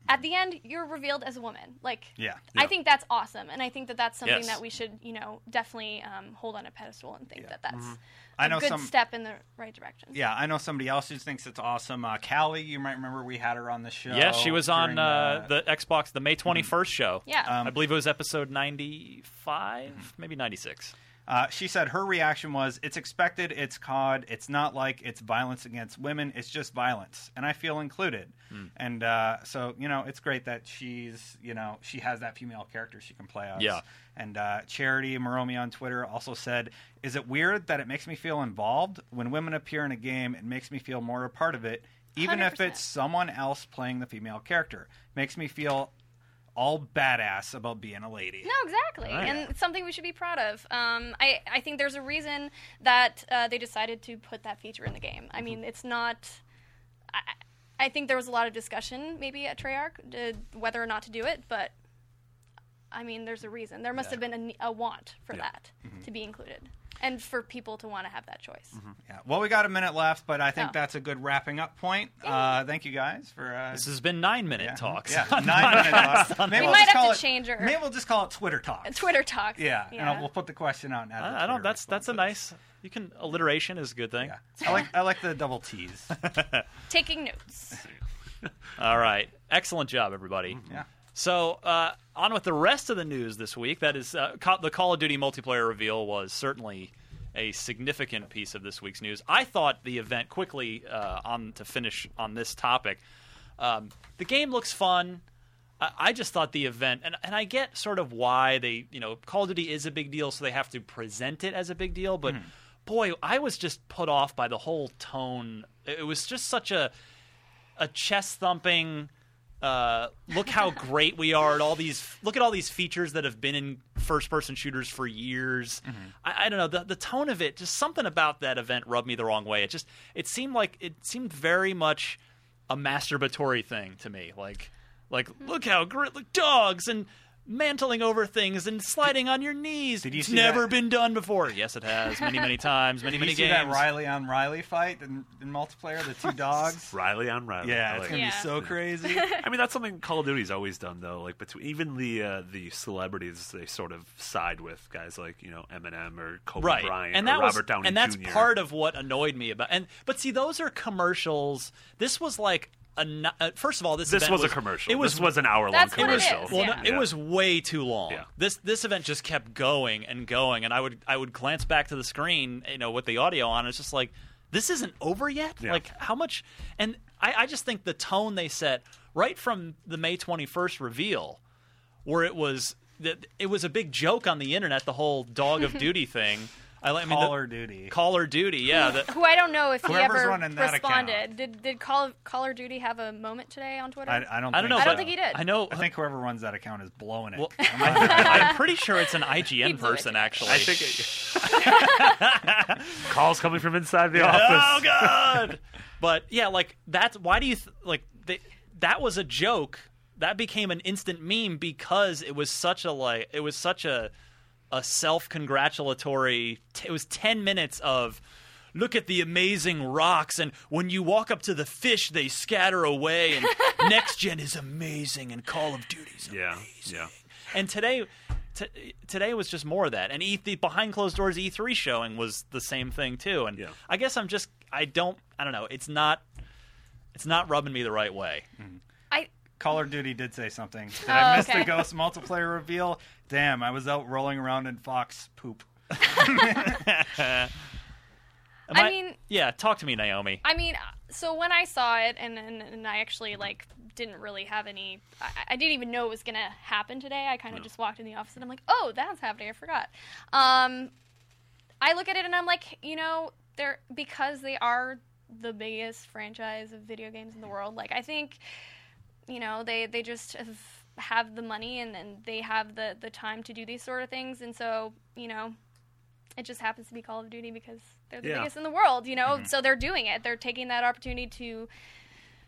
Speaker 5: At the end, you're revealed as a woman. Like,
Speaker 6: Yeah.
Speaker 4: Yeah.
Speaker 5: I think that's awesome, and I think that that's something
Speaker 3: Yes.
Speaker 5: that we should, you know, definitely um, hold on a pedestal and think that that's
Speaker 3: Mm-hmm.
Speaker 6: I
Speaker 5: a
Speaker 6: know
Speaker 5: good
Speaker 6: some.
Speaker 5: step in the right direction.
Speaker 6: Yeah, I know somebody else who thinks it's awesome. Uh, Callie, you might remember we had her on the show.
Speaker 3: yeah, she was on
Speaker 6: during,
Speaker 3: uh, the Xbox the May twenty first show.
Speaker 5: Yeah.
Speaker 6: Um, Mm-hmm.
Speaker 3: I believe it was episode ninety maybe ninety six.
Speaker 6: Uh, she said her reaction was, "It's expected. It's COD. It's not like it's violence against women. It's just violence, and I feel included." And uh, so, you know, it's great that she's, you know, she has that female character she can play us.
Speaker 3: Yeah.
Speaker 6: And uh, Charity Moromi on Twitter also said, "Is it weird that it makes me feel involved when women appear in a game? It makes me feel more a part of it, even if
Speaker 5: 100%.
Speaker 6: it's someone else playing the female character. Makes me feel all badass about being a lady."
Speaker 5: No, exactly, and it's something we should be proud of. Um, I I think there's a reason that uh, they decided to put that feature in the game.
Speaker 6: Mm-hmm.
Speaker 5: I mean, it's not. I, I think there was a lot of discussion maybe at Treyarch uh, whether or not to do it, but I mean, there's a reason. There must have been a ne- a, want for that
Speaker 6: Mm-hmm.
Speaker 5: to be included, and for people to want to have that choice.
Speaker 6: Yeah. Well, we got a minute left, but I think
Speaker 5: Oh.
Speaker 6: that's a good wrapping up point. Uh, thank you guys for. Uh,
Speaker 3: This has been nine minute
Speaker 6: yeah.
Speaker 3: talks.
Speaker 6: Yeah, nine minute talks. Maybe
Speaker 5: We
Speaker 6: we'll
Speaker 5: might
Speaker 6: just
Speaker 5: have
Speaker 6: call
Speaker 5: to
Speaker 6: it-
Speaker 5: change her. Uh,
Speaker 6: Maybe we'll just call it Twitter talk.
Speaker 5: Twitter talk.
Speaker 6: Yeah, and I'll- we'll put the question out. Now
Speaker 3: Uh, I, I don't. That's that's a nice. You can alliteration is a good thing.
Speaker 6: Yeah. I like I like the double T's.
Speaker 5: Taking notes.
Speaker 3: All right, excellent job, everybody.
Speaker 6: Yeah.
Speaker 3: So uh, on with the rest of the news this week. That is, uh, Ca- the Call of Duty multiplayer reveal was certainly a significant piece of this week's news. I thought the event quickly uh, on to finish on this topic. Um, the game looks fun. I, I just thought the event, and, and I get sort of why they, you know, Call of Duty is a big deal, so they have to present it as a big deal. But boy, I was just put off by the whole tone. It it was just such a a chest thumping. Uh, look how great we are at all these. Look at all these features that have been in first person shooters for years.
Speaker 6: Mm-hmm.
Speaker 3: I, I don't know the the tone of it. Just something about that event rubbed me the wrong way. It just it seemed like it seemed very much a masturbatory thing to me. Like like
Speaker 6: Hmm.
Speaker 3: look how great look dogs and mantling over things and sliding on your knees.
Speaker 6: Did you
Speaker 3: it's
Speaker 6: see
Speaker 3: never
Speaker 6: that-
Speaker 3: been done before. Yes, it has many many times, many
Speaker 6: Did
Speaker 3: many
Speaker 6: you see
Speaker 3: games.
Speaker 6: that Riley on Riley fight in, in multiplayer? The two dogs.
Speaker 4: Riley on Riley.
Speaker 6: Yeah,
Speaker 4: I
Speaker 6: it's
Speaker 4: like
Speaker 6: gonna
Speaker 4: it.
Speaker 6: be
Speaker 5: Yeah.
Speaker 6: so crazy.
Speaker 4: I mean, that's something Call of Duty's always done, though. Like between even the uh, the celebrities, they sort of side with guys like you know Eminem or Kobe
Speaker 3: right.
Speaker 4: Bryant
Speaker 3: and
Speaker 4: or
Speaker 3: that
Speaker 4: Robert
Speaker 3: was,
Speaker 4: Downey
Speaker 3: and that's
Speaker 4: Jr.
Speaker 3: part of what annoyed me about. And but see, those are commercials. This was like a. no- uh, First of all, this
Speaker 4: this
Speaker 3: event
Speaker 4: was,
Speaker 3: was,
Speaker 4: a commercial.
Speaker 3: It was
Speaker 4: this was an hour long
Speaker 5: That's what it is,
Speaker 4: commercial.
Speaker 3: Well,
Speaker 5: Yeah.
Speaker 3: no, it was way too long.
Speaker 4: Yeah.
Speaker 3: This this event just kept going and going, and I would I would glance back to the screen, you know, with the audio on. It's just like this isn't over yet.
Speaker 4: Yeah.
Speaker 3: Like how much? And I, I just think the tone they set right from the May twenty first reveal, where it was that it was a big joke on the internet, the whole dog of duty thing. I, like- I mean, the-
Speaker 6: Call or duty.
Speaker 3: Caller Duty, yeah. The,
Speaker 5: Who I don't know if he
Speaker 6: Whoever's
Speaker 5: ever
Speaker 6: running that account.
Speaker 5: responded. Did did Call Call of Duty have a moment today on Twitter?
Speaker 6: I, I don't.
Speaker 3: I don't know.
Speaker 5: I
Speaker 3: but
Speaker 5: don't think he did.
Speaker 3: I know.
Speaker 6: I think whoever runs that account is blowing it.
Speaker 3: Well,
Speaker 6: I'm not-
Speaker 3: I'm pretty sure it's an IGN
Speaker 5: blew it.
Speaker 3: person, actually.
Speaker 4: I think it- calls coming from inside the
Speaker 3: Oh
Speaker 4: office.
Speaker 3: god! but yeah, like that's why do you th- like they, that was a joke that became an instant meme because it was such a like it was such a a self congratulatory. T- it was ten minutes of. Look at the amazing rocks, and when you walk up to the fish, they scatter away. And next gen is amazing, and Call of Duty's
Speaker 4: Yeah, yeah.
Speaker 3: And today, t- today was just more of that. And e- the behind closed doors E3 showing was the same thing too. And
Speaker 4: Yeah.
Speaker 3: I guess I'm just I don't I don't know. It's not it's not rubbing me the right way.
Speaker 5: I
Speaker 6: Call of Duty did say something. Did I
Speaker 5: Oh,
Speaker 6: miss the
Speaker 5: okay.
Speaker 6: Ghost multiplayer reveal? Damn, I was out rolling around in Fox poop.
Speaker 3: Am
Speaker 5: I mean-
Speaker 3: yeah, talk to me, Naomi.
Speaker 5: I mean, so when I saw it, and and, and I actually like didn't really have any. I, I didn't even know it was gonna happen today. I
Speaker 6: Hmm.
Speaker 5: kind of just walked in the office, and I'm like, oh, that's happening. I forgot. Um, I look at it, and I'm like, you know, they're because they are the biggest franchise of video games in the world. Like, I think, you know, they they just have, have the money, and then they have the the time to do these sort of things, and so you know, it just happens to be Call of Duty because they're the
Speaker 4: Yeah. Mm-hmm.
Speaker 5: biggest in the world, you know. So they're doing it. They're taking that opportunity to,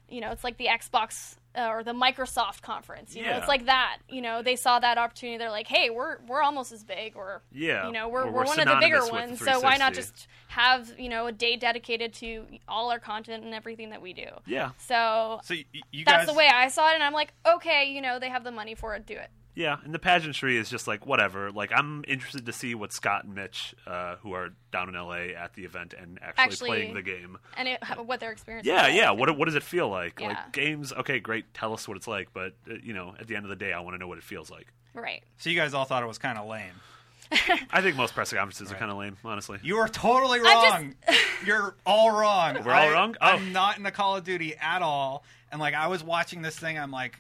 Speaker 5: you know, it's like the Xbox uh, or the Microsoft conference. You know,
Speaker 4: Yeah.
Speaker 5: it's like that. You know, they saw that opportunity. They're like, hey, we're we're almost as big, or
Speaker 4: Yeah.
Speaker 5: you know, we're
Speaker 4: Or
Speaker 5: we're,
Speaker 4: we're
Speaker 5: one of the bigger
Speaker 4: synonymous with
Speaker 5: ones. So why
Speaker 4: 360.
Speaker 5: not just have you know a day dedicated to all our content and everything that we do?
Speaker 4: Yeah.
Speaker 5: So.
Speaker 6: So y- y- you
Speaker 5: that's
Speaker 6: guys,
Speaker 5: the way I saw it, and I'm like, okay, you know, they have the money for it, do it.
Speaker 4: Yeah, and the pageantry is just like whatever. Like I'm interested to see what Scott and Mitch, uh, who are down in LA at the event and actually,
Speaker 5: Actually-
Speaker 4: playing the game.
Speaker 5: And it, what their experience
Speaker 4: Yeah,
Speaker 5: was.
Speaker 4: yeah. What what does it feel like?
Speaker 5: Yeah.
Speaker 4: Like games, okay, great. Tell us what it's like, but uh, you know, at the end of the day, I want to know what it feels like.
Speaker 5: Right.
Speaker 6: So you guys all thought it was kind of lame.
Speaker 4: I think most press conferences are kind of lame, honestly.
Speaker 6: You are totally
Speaker 5: I'm
Speaker 6: wrong. You're all wrong.
Speaker 4: We're all
Speaker 6: I-
Speaker 4: wrong?
Speaker 6: I'm
Speaker 4: Oh.
Speaker 6: not into Call of Duty at all. And like I was watching this thing, I'm like,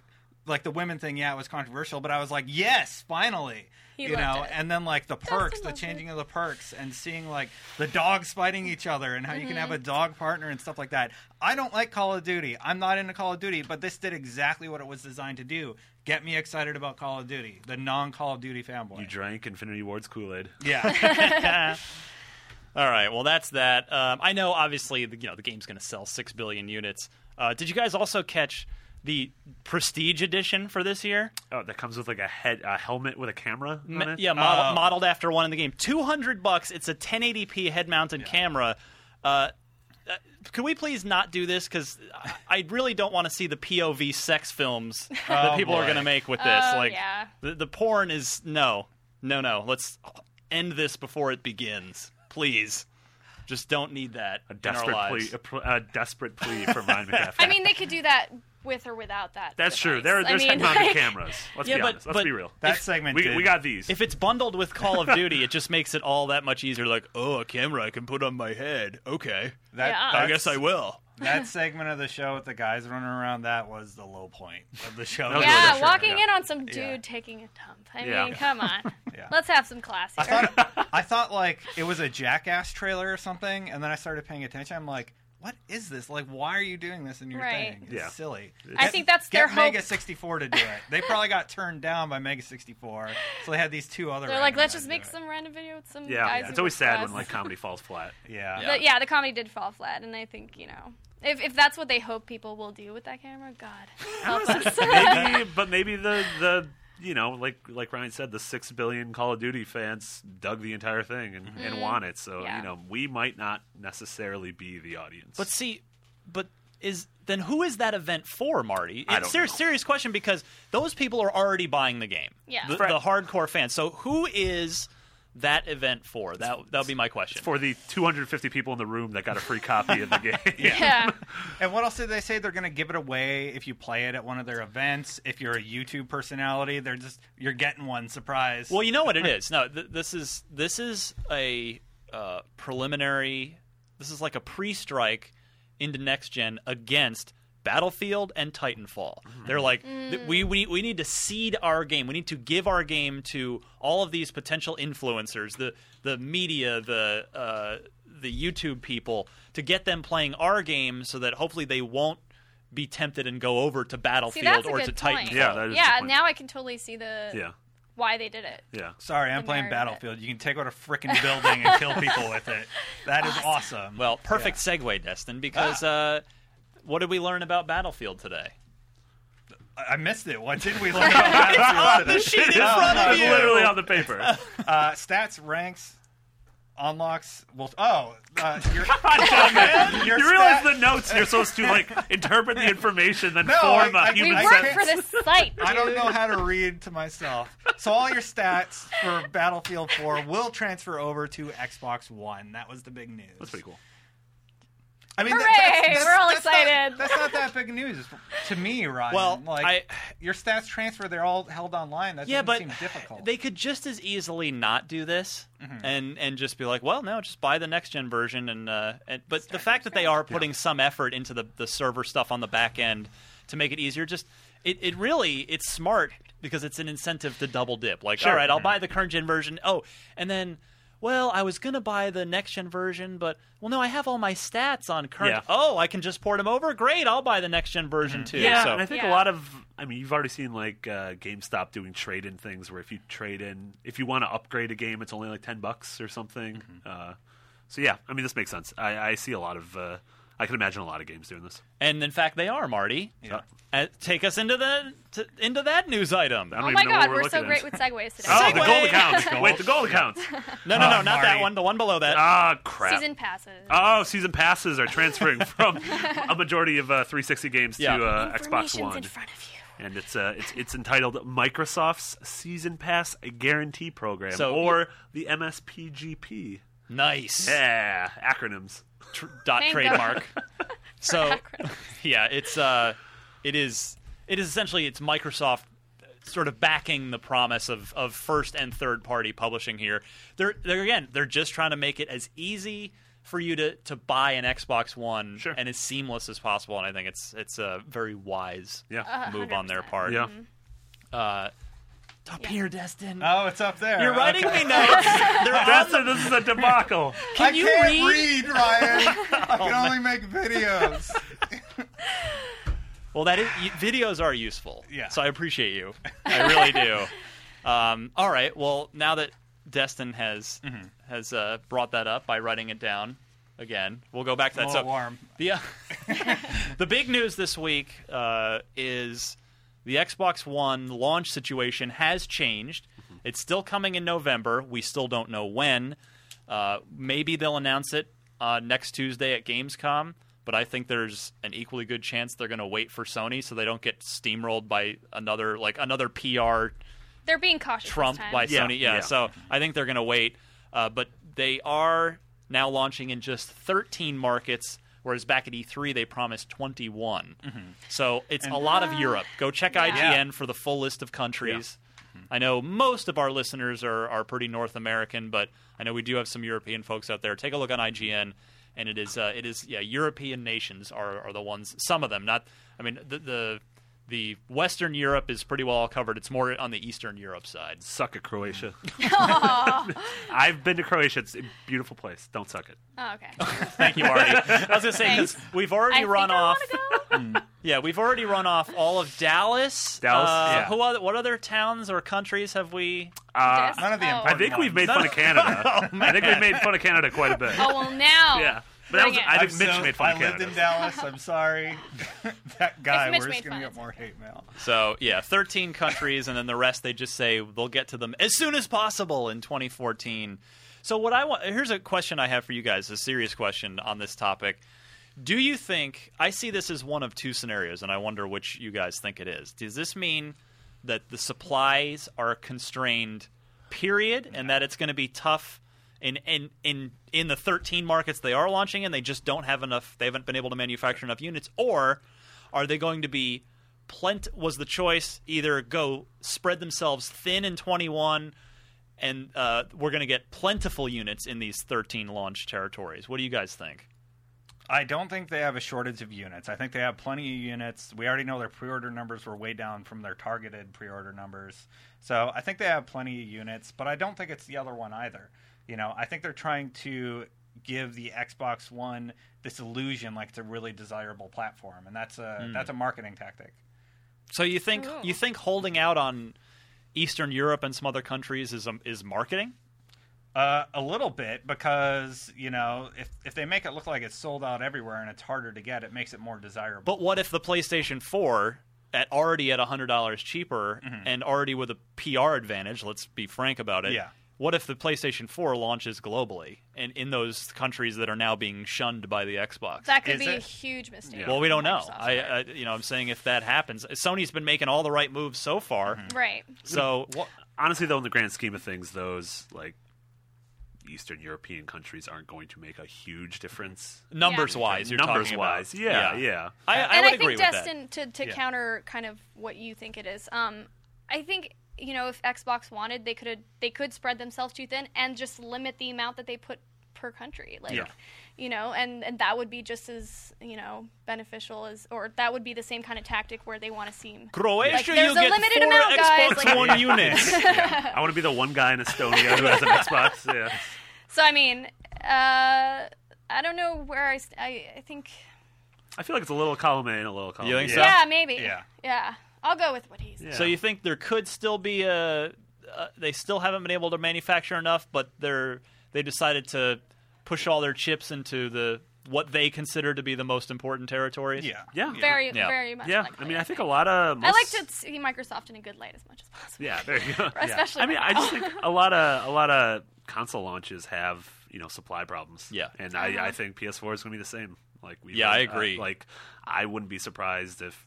Speaker 6: like the women thing, yeah, it was controversial, but I was like, yes, finally.
Speaker 5: He
Speaker 6: you
Speaker 5: loved
Speaker 6: know,
Speaker 5: it.
Speaker 6: and then like the perks, the
Speaker 5: loved it.
Speaker 6: changing of the perks, and seeing like the dogs fighting each other, and how you can
Speaker 5: Mm-hmm.
Speaker 6: have a dog partner and stuff like that. I don't like Call of Duty. I'm not into Call of Duty, but this did exactly what it was designed to do: get me excited about Call of Duty, the non-Call of Duty fanboy.
Speaker 4: You drank Infinity Ward's Kool Aid.
Speaker 6: yeah.
Speaker 3: All right, well that's that. Um, I know obviously the, you know the game's going to sell six billion units. Uh, did you guys also catch the Prestige edition for this year?
Speaker 4: Oh, that comes with like a head, a helmet with a camera on
Speaker 3: Ma-
Speaker 4: it.
Speaker 3: Yeah, model,
Speaker 6: Oh.
Speaker 3: modeled after one in the game. Two hundred bucks. It's a 1080p head-mounted camera. Uh, uh, can we please not do this? Because I really don't want to see the POV sex films
Speaker 4: Oh,
Speaker 3: that people are
Speaker 6: boy.
Speaker 3: going to make with this.
Speaker 5: Oh,
Speaker 3: like
Speaker 5: yeah.
Speaker 3: the, the porn is no, no, no. Let's end this before it begins, please. Just don't need that
Speaker 4: A
Speaker 3: in
Speaker 4: desperate
Speaker 3: our
Speaker 4: plea,
Speaker 3: lives.
Speaker 4: a, pl- a desperate plea from Ryan McCaffrey.
Speaker 5: I mean, they could do that with or without that.
Speaker 4: that's true.
Speaker 5: device.
Speaker 4: There,
Speaker 5: I
Speaker 4: there's
Speaker 5: mean,
Speaker 4: head-mounted
Speaker 5: like-
Speaker 4: cameras. Let's
Speaker 3: Yeah,
Speaker 4: be
Speaker 3: but-
Speaker 4: honest. Let's
Speaker 3: but
Speaker 4: be real.
Speaker 6: That segment
Speaker 4: We,
Speaker 6: did.
Speaker 4: we got these.
Speaker 3: If it's bundled with Call of Duty, it just makes it all that much easier. Like, oh, a camera I can put on my head. Okay,
Speaker 6: That,
Speaker 5: Yeah. I
Speaker 3: I
Speaker 6: that's-
Speaker 3: guess I will.
Speaker 6: that segment of the show with the guys running around that was the low point of the show.
Speaker 4: That was
Speaker 5: Yeah,
Speaker 4: Sure,
Speaker 5: walking
Speaker 4: yeah.
Speaker 5: in on some dude
Speaker 6: Yeah.
Speaker 5: taking a dump. I
Speaker 4: Yeah.
Speaker 5: mean, come on.
Speaker 6: Yeah.
Speaker 5: Let's have some class here.
Speaker 6: I thought I thought like it was a jackass trailer or something, and then I started paying attention. I'm like, what is this? Like, why are you doing this in your
Speaker 5: Right.
Speaker 6: thing? It's
Speaker 4: Yeah.
Speaker 6: silly.
Speaker 5: I
Speaker 6: Get-
Speaker 5: think that's
Speaker 6: get
Speaker 5: their hope.
Speaker 6: Mega 64 to do it. They probably got turned down by Mega 64, so they had these two other.
Speaker 5: They're like,
Speaker 6: random
Speaker 5: let's
Speaker 6: guys
Speaker 5: just
Speaker 6: do
Speaker 5: make
Speaker 6: it.
Speaker 5: some random video with some
Speaker 4: yeah,
Speaker 5: guys.
Speaker 4: yeah.
Speaker 5: who
Speaker 4: it's always
Speaker 5: work
Speaker 4: sad
Speaker 5: for
Speaker 4: when
Speaker 5: us.
Speaker 4: like comedy falls flat.
Speaker 6: Yeah.
Speaker 5: But yeah, the comedy did fall flat, and I think you know, if if that's what they hope people will do with that camera, God help us.
Speaker 4: maybe, but maybe the the you know, like like Ryan said, the six billion Call of Duty fans dug the entire thing and, and want it. So
Speaker 5: Mm-hmm. Yeah.
Speaker 4: you know, we might not necessarily be the audience.
Speaker 3: But see, but is then who is that event for, Marty?
Speaker 4: I
Speaker 3: It's
Speaker 4: don't
Speaker 3: serious,
Speaker 4: know.
Speaker 3: serious question because those people are already buying the game.
Speaker 5: Yeah.
Speaker 3: the,
Speaker 4: Right.
Speaker 3: the hardcore fans. So who is that event for? That that'll be my question.
Speaker 4: for the 250 people in the room that got a free copy of the game,
Speaker 5: yeah,
Speaker 6: And what else did they say? They're going to give it away if you play it at one of their events. If you're a YouTube personality, they're just you're getting one surprise.
Speaker 3: Well, you know what it is. No, th- this is this is a uh, preliminary. This is like a pre-strike into next gen against Battlefield and Titanfall. They're like th-
Speaker 5: Mm.
Speaker 3: we, we we need to seed our game. We need to give our game to all of these potential influencers, the the media, the uh, the YouTube people, to get them playing our game, so that hopefully they won't be tempted and go over to
Speaker 5: see
Speaker 3: Battlefield
Speaker 5: that's a
Speaker 3: or to
Speaker 5: good point.
Speaker 3: Titanfall.
Speaker 4: Yeah, that is a
Speaker 5: yeah.
Speaker 4: good point.
Speaker 5: Now I can totally see the
Speaker 4: yeah,
Speaker 5: why they did it.
Speaker 4: yeah.
Speaker 6: Sorry, I'm
Speaker 5: the
Speaker 6: playing
Speaker 5: narrative.
Speaker 6: Battlefield. You can take out a freaking building and kill people with it. That is awesome.
Speaker 3: Well, perfect segue, Destin, because uh, what did we learn about Battlefield today?
Speaker 6: I I missed it. What did we learn about Battlefield today?
Speaker 4: It's literally on the paper.
Speaker 6: Uh, stats, ranks, unlocks. Well, oh, uh, your, your
Speaker 4: you realize
Speaker 6: stat-
Speaker 4: the notes you're supposed to like interpret the information, then
Speaker 6: No,
Speaker 4: form a
Speaker 6: I- I-
Speaker 5: We
Speaker 4: human
Speaker 6: I
Speaker 5: work
Speaker 6: can't-
Speaker 5: for this site.
Speaker 6: I don't
Speaker 5: dude.
Speaker 6: know how to read to myself. So all your stats for Battlefield 4 will transfer over to Xbox One. That was the big news.
Speaker 4: That's pretty cool.
Speaker 6: I mean,
Speaker 5: Hooray! We're all
Speaker 6: not-
Speaker 5: excited.
Speaker 6: that's not that big news to me, Ryan.
Speaker 3: Well,
Speaker 6: like
Speaker 3: I-
Speaker 6: your stats transfer, they're all held online. That
Speaker 3: yeah,
Speaker 6: doesn't
Speaker 3: but
Speaker 6: seem difficult. Mm-hmm.
Speaker 3: they could just as easily not do this and and just be like, well, no, just buy the next gen version. And, uh, and but the fact that they are putting some effort into the the server stuff on the back end to make it easier, just it, it really it's smart because it's an incentive to double dip. Like, all
Speaker 6: Mm-hmm.
Speaker 3: right, I'll buy the current gen version. Oh, and then. Well, I was gonna buy the next gen version, but well, no, I have all my stats on current.
Speaker 4: Yeah.
Speaker 3: Oh, I can just port them over. Great, I'll buy the next gen version
Speaker 6: Mm-hmm.
Speaker 3: too.
Speaker 4: Yeah,
Speaker 3: so.
Speaker 4: and I think
Speaker 5: Yeah.
Speaker 4: a lot of I mean you've already seen like uh, GameStop doing trade in things where if you trade in if you want to upgrade a game, it's only like ten bucks or something. Uh, so yeah, I mean this makes sense. I, I see a lot of uh, I can imagine a lot of games doing this.
Speaker 3: And in fact, they are, Marty.
Speaker 6: Yeah.
Speaker 3: Uh, take us into the to, into that news item.
Speaker 4: I don't
Speaker 5: Oh
Speaker 4: even
Speaker 5: my
Speaker 4: know
Speaker 5: god,
Speaker 4: what we're,
Speaker 5: we're, so
Speaker 4: looking
Speaker 5: great
Speaker 4: at.
Speaker 5: with segues today.
Speaker 4: Oh, the
Speaker 3: Segway!
Speaker 4: gold accounts. Wait, the gold accounts.
Speaker 3: No, no, no,
Speaker 6: Oh,
Speaker 3: not
Speaker 6: Marty.
Speaker 3: that one. The one below that.
Speaker 4: Ah, crap.
Speaker 5: Season passes.
Speaker 4: Oh, season passes are transferring from a majority of uh, 360 games
Speaker 3: Yeah.
Speaker 4: to uh, Xbox
Speaker 5: Information's
Speaker 4: One,
Speaker 5: in front of you.
Speaker 4: and it's uh, it's it's entitled Microsoft's Season Pass Guarantee Program,
Speaker 3: So-
Speaker 4: or the MSPGP.
Speaker 3: nice.
Speaker 4: Yeah, acronyms.
Speaker 3: Tr- dot
Speaker 5: Thank
Speaker 3: trademark. so
Speaker 5: Acronym.
Speaker 3: yeah, it's uh, it is it is essentially it's Microsoft uh, sort of backing the promise of, of first and third party publishing here. They're they're again they're just trying to make it as easy for you to, to buy an Xbox One
Speaker 4: Sure.
Speaker 3: and as seamless as possible. And I think it's it's a very wise
Speaker 4: Yeah,
Speaker 3: move on their
Speaker 5: 100%.
Speaker 3: part.
Speaker 4: yeah.
Speaker 6: Mm-hmm.
Speaker 3: Uh, up here, Destin.
Speaker 6: oh, it's up there.
Speaker 3: You're writing
Speaker 6: Okay.
Speaker 3: me notes. They're
Speaker 4: That's
Speaker 3: on
Speaker 4: it. This is a debacle.
Speaker 3: the-
Speaker 6: I
Speaker 3: Can you
Speaker 6: can't
Speaker 3: read?
Speaker 6: read, Ryan. I can
Speaker 4: Oh,
Speaker 6: only make videos.
Speaker 3: Well, that is, y- videos are useful.
Speaker 6: Yeah.
Speaker 3: So I appreciate you. I really do. Um, all right. Well, now that Destin has
Speaker 6: Mm-hmm.
Speaker 3: has uh, brought that up by writing it down again, we'll go back to
Speaker 6: That's
Speaker 3: that. So
Speaker 6: so warm.
Speaker 3: the uh, the big news this week uh, is the Xbox One launch situation has changed. It's still coming in November. We still don't know when. Uh, maybe they'll announce it uh, next Tuesday at Gamescom. But I think there's an equally good chance they're going to wait for Sony so they don't get steamrolled by another like another PR
Speaker 5: They're being cautious.
Speaker 3: Trump
Speaker 5: this time.
Speaker 3: by
Speaker 4: Yeah,
Speaker 3: Sony. Yeah,
Speaker 4: yeah.
Speaker 3: so I think they're going to wait. Uh, but they are now launching in just 13 markets, whereas back at E3 they promised 21. So it's a lot of Europe. Go check IGN for the full list of countries. I know most of our listeners are, are pretty North American, but I know we do have some European folks out there. Take a look on IGN, and it is uh, it is yeah European nations are, are the ones. Some of them, not I mean the, the the Western Europe is pretty well all covered. It's more on the Eastern Europe side.
Speaker 4: Suck it, Croatia. I've been to Croatia. It's a beautiful place. Don't suck it.
Speaker 5: Oh, okay.
Speaker 3: Thank you, Marty. I was gonna say 'cause we've already
Speaker 5: I
Speaker 3: run
Speaker 5: think I
Speaker 3: off.
Speaker 5: wanna
Speaker 3: Yeah, we've already run off all of Dallas.
Speaker 4: Dallas,
Speaker 3: Uh,
Speaker 4: yeah.
Speaker 3: Who? Other, what other towns or countries have we?
Speaker 4: Uh,
Speaker 5: Yes.
Speaker 6: None of the
Speaker 5: Oh.
Speaker 4: I
Speaker 6: important
Speaker 4: think we've
Speaker 6: ones.
Speaker 4: made fun of Canada.
Speaker 6: Oh,
Speaker 4: I think we've made fun of Canada quite a bit.
Speaker 5: Oh well, now.
Speaker 4: Yeah, but that
Speaker 5: Bring
Speaker 4: was,
Speaker 5: it.
Speaker 4: I
Speaker 6: I'm
Speaker 4: think Mitch
Speaker 6: so-
Speaker 4: made fun
Speaker 6: I
Speaker 4: of
Speaker 6: lived
Speaker 4: Canada.
Speaker 6: in Dallas. I'm sorry. that guy.
Speaker 5: If Mitch
Speaker 6: We're
Speaker 5: made
Speaker 6: just gonna
Speaker 5: fun,
Speaker 6: get
Speaker 5: it's
Speaker 6: more
Speaker 5: okay.
Speaker 6: hate mail.
Speaker 3: So yeah, 13 countries, and then the rest they just say they'll get to them as soon as possible in 2014. So what I want here's a question I have for you guys, a serious question on this topic. Do you think I see this as one of two scenarios, and I wonder which you guys think it is? Does this mean that the supplies are constrained, period, and that it's going to be tough? In, in in in the 13 markets they are launching in, they just don't have enough. They haven't been able to manufacture enough units, or are they going to be plent? Was the choice either go spread themselves thin in 21, and uh, we're going to get plentiful units in these 13 launch territories? What do you guys think?
Speaker 6: I don't think they have a shortage of units. I think they have plenty of units. We already know their pre-order numbers were way down from their targeted pre-order numbers. So I think they have plenty of units, but I don't think it's the other one either. You know, I think they're trying to give the Xbox One this illusion like it's a really desirable platform, and that's a that's a marketing tactic.
Speaker 3: So you think
Speaker 5: Ooh.
Speaker 3: you think holding out on Eastern Europe and some other countries is um, is marketing?
Speaker 6: Uh, a little bit because you know if if they make it look like it's sold out everywhere and it's harder to get, it makes it more desirable.
Speaker 3: But what if the PlayStation 4 at
Speaker 4: Mm-hmm.
Speaker 3: already at $100 cheaper and already with a PR advantage, let's be frank about it,
Speaker 6: Yeah.
Speaker 3: what if the PlayStation 4 launches globally and in those countries that are now being shunned by the Xbox?
Speaker 5: That could
Speaker 4: Is
Speaker 5: be a
Speaker 4: it?
Speaker 5: huge mistake.
Speaker 4: Yeah.
Speaker 3: well, we don't know.
Speaker 5: Microsoft,
Speaker 3: I, I, you know, I'm saying if that happens, Sony's been making all the right moves so far.
Speaker 4: Mm-hmm.
Speaker 5: right.
Speaker 3: So
Speaker 4: honestly though in the grand scheme of things those like eastern european countries aren't going to make a huge difference
Speaker 3: numbers wise, you're
Speaker 4: numbers
Speaker 3: talking about-
Speaker 4: wise yeah yeah,
Speaker 3: I, I
Speaker 5: and
Speaker 3: would
Speaker 5: I think
Speaker 3: agree with
Speaker 5: Destin to, to
Speaker 6: Yeah.
Speaker 5: counter kind of what you think it is. Um, I think you know if Xbox wanted, they could they could spread themselves too thin and just limit the amount that they put per country. Like,
Speaker 4: Yeah.
Speaker 5: you know, and and that would be just as you know beneficial as or that would be the same kind of tactic where they want to seem.
Speaker 3: that. Croatia,
Speaker 5: Like,
Speaker 3: you
Speaker 5: there's a
Speaker 3: get
Speaker 5: limited
Speaker 3: four
Speaker 5: amount, guys,
Speaker 3: Xbox
Speaker 5: like-
Speaker 3: One units.
Speaker 4: Yeah. i want to be the one guy in estonia who has an xbox yeah
Speaker 5: So I mean, uh, I don't know where I st- I, I think
Speaker 4: i feel like it's a little column a and a little column
Speaker 3: You think
Speaker 4: B.
Speaker 3: so?
Speaker 5: yeah maybe
Speaker 6: Yeah.
Speaker 5: yeah I'll go with what he's
Speaker 4: Yeah.
Speaker 3: So you think there could still be a? Uh, they still haven't been able to manufacture enough, but they're they decided to push all their chips into the what they consider to be the most important territories.
Speaker 6: Yeah.
Speaker 4: yeah
Speaker 5: very
Speaker 3: Yeah.
Speaker 5: very much
Speaker 4: yeah
Speaker 5: likely,
Speaker 4: i mean i think a lot of
Speaker 5: I like
Speaker 4: most-
Speaker 5: to see Microsoft in a good light as much as possible.
Speaker 4: yeah there you go
Speaker 5: Especially
Speaker 4: i mean
Speaker 5: right
Speaker 4: i just
Speaker 5: now.
Speaker 4: think a lot of a lot of console launches have you know supply problems
Speaker 3: Yeah.
Speaker 4: and
Speaker 5: Uh-huh.
Speaker 4: i i think ps4 is gonna be the same like we
Speaker 3: Yeah, I agree.
Speaker 4: like i wouldn't be surprised if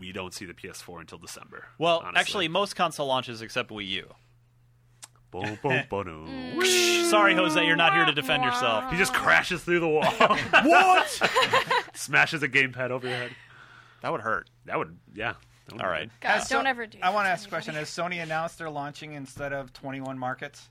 Speaker 4: we don't see the ps4 until december
Speaker 3: Well,
Speaker 4: honestly.
Speaker 3: actually, most console launches except Wii U.
Speaker 4: Boom, boom, boom.
Speaker 3: Sorry, Jose, you're not here to defend yourself.
Speaker 5: Mm,
Speaker 4: He just crashes through the wall. what? Smashes a gamepad over your head.
Speaker 3: That would hurt.
Speaker 4: That would, yeah. that would
Speaker 3: All
Speaker 4: be
Speaker 3: right.
Speaker 6: Has
Speaker 5: God,
Speaker 6: Uh, So-
Speaker 5: don't ever do.
Speaker 6: I
Speaker 5: that
Speaker 6: want to
Speaker 5: to
Speaker 6: ask a question. Has Sony announced they're launching instead of 21 markets?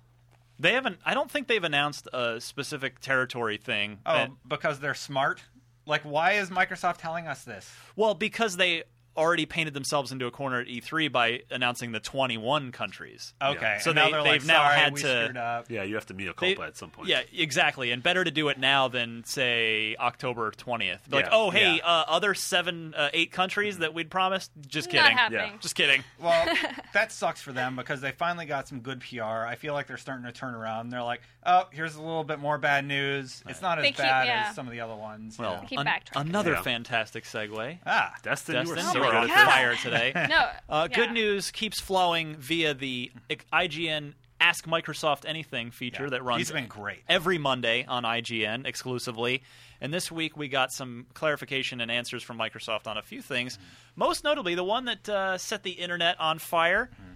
Speaker 3: They haven't. I don't think they've announced a specific territory thing.
Speaker 6: Oh,
Speaker 3: And-
Speaker 6: because they're smart? Like, why is Microsoft telling us this?
Speaker 3: well, because they already painted themselves into a corner at E3 by announcing the 21 countries.
Speaker 6: Okay.
Speaker 4: Yeah.
Speaker 3: So
Speaker 6: and now
Speaker 3: they-
Speaker 6: they're like,
Speaker 3: they've now
Speaker 6: Sorry,
Speaker 3: had
Speaker 6: we
Speaker 3: to-
Speaker 6: screwed up.
Speaker 4: Yeah, you have to meet a
Speaker 3: They-
Speaker 4: culpa at some point.
Speaker 3: Yeah, exactly. And better to do it now than say October 20th. Be Like,
Speaker 4: Yeah,
Speaker 3: oh hey,
Speaker 4: yeah.
Speaker 3: uh, other seven, uh, eight countries that we'd promised. Just
Speaker 5: Not
Speaker 3: kidding.
Speaker 5: happening.
Speaker 4: Yeah.
Speaker 3: Just kidding.
Speaker 6: Well, that sucks for them because they finally got some good PR. I feel like they're starting to turn around. They're like, oh, here's a little bit more bad news. It's not as
Speaker 5: They keep-
Speaker 6: bad
Speaker 5: yeah.
Speaker 6: as some of the other ones.
Speaker 3: Well,
Speaker 6: yeah.
Speaker 5: Keep backtracking.
Speaker 3: another
Speaker 4: Yeah.
Speaker 3: fantastic segue.
Speaker 6: ah,
Speaker 3: Destin,
Speaker 4: Destin, you were
Speaker 3: you are
Speaker 4: so good
Speaker 5: my
Speaker 3: on
Speaker 4: at this.
Speaker 5: God.
Speaker 3: fire today.
Speaker 5: No.
Speaker 3: Uh,
Speaker 5: yeah.
Speaker 3: Good news keeps flowing via the IGN Ask Microsoft Anything feature that runs
Speaker 6: He's been great.
Speaker 3: every Monday on IGN exclusively. And this week we got some clarification and answers from Microsoft on a few things,
Speaker 6: Mm-hmm.
Speaker 3: most notably the one that uh, set the internet on fire,
Speaker 6: Mm-hmm.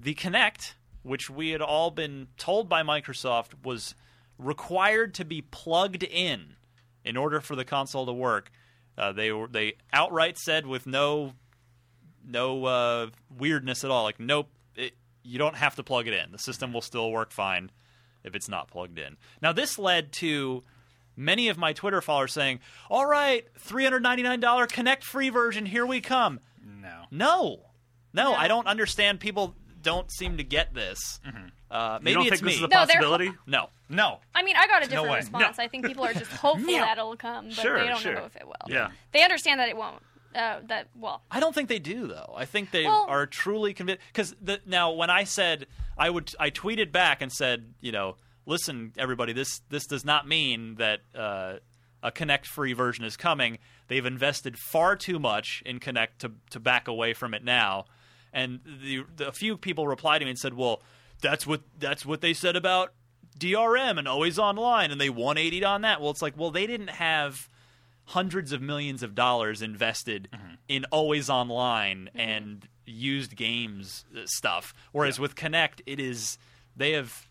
Speaker 3: the Kinect, which we had all been told by Microsoft was required to be plugged in in order for the console to work. Uh, they were they outright said with no no uh, weirdness at all. Like, nope, it, you don't have to plug it in. The
Speaker 6: Mm-hmm.
Speaker 3: system will still work fine if it's not plugged in. Now, this led to many of my Twitter followers saying, "All right, three hundred ninety nine dollar Connect free version, here we come."
Speaker 6: No.
Speaker 3: No, no, I don't understand. People don't seem to get this. Uh, maybe
Speaker 4: Mm-hmm. You don't
Speaker 3: it's
Speaker 4: think
Speaker 3: me.
Speaker 4: this is a
Speaker 5: No, they're-
Speaker 4: possibility?
Speaker 3: no,
Speaker 6: No.
Speaker 5: I mean, I got a different
Speaker 6: way.
Speaker 5: response. I think people are just hopeful that it'll come, but
Speaker 4: Sure,
Speaker 5: they don't
Speaker 4: sure.
Speaker 5: know if it will.
Speaker 4: Yeah.
Speaker 5: They understand that it won't. Uh, that well,
Speaker 3: I don't think they do though. I think they
Speaker 5: Well-
Speaker 3: are truly convinced. Because now, when I said I would, I tweeted back and said, you know, listen, everybody, this this does not mean that uh, a Connect free version is coming. They've invested far too much in Connect to to back away from it now. And the, the a few people replied to me and said, well, that's what that's what they said about DRM and always online, and they 180 on that. Well, it's like, well, they didn't have hundreds of millions of dollars invested
Speaker 4: Mm-hmm.
Speaker 3: in always online and used games uh, stuff. Whereas with Connect, it is they have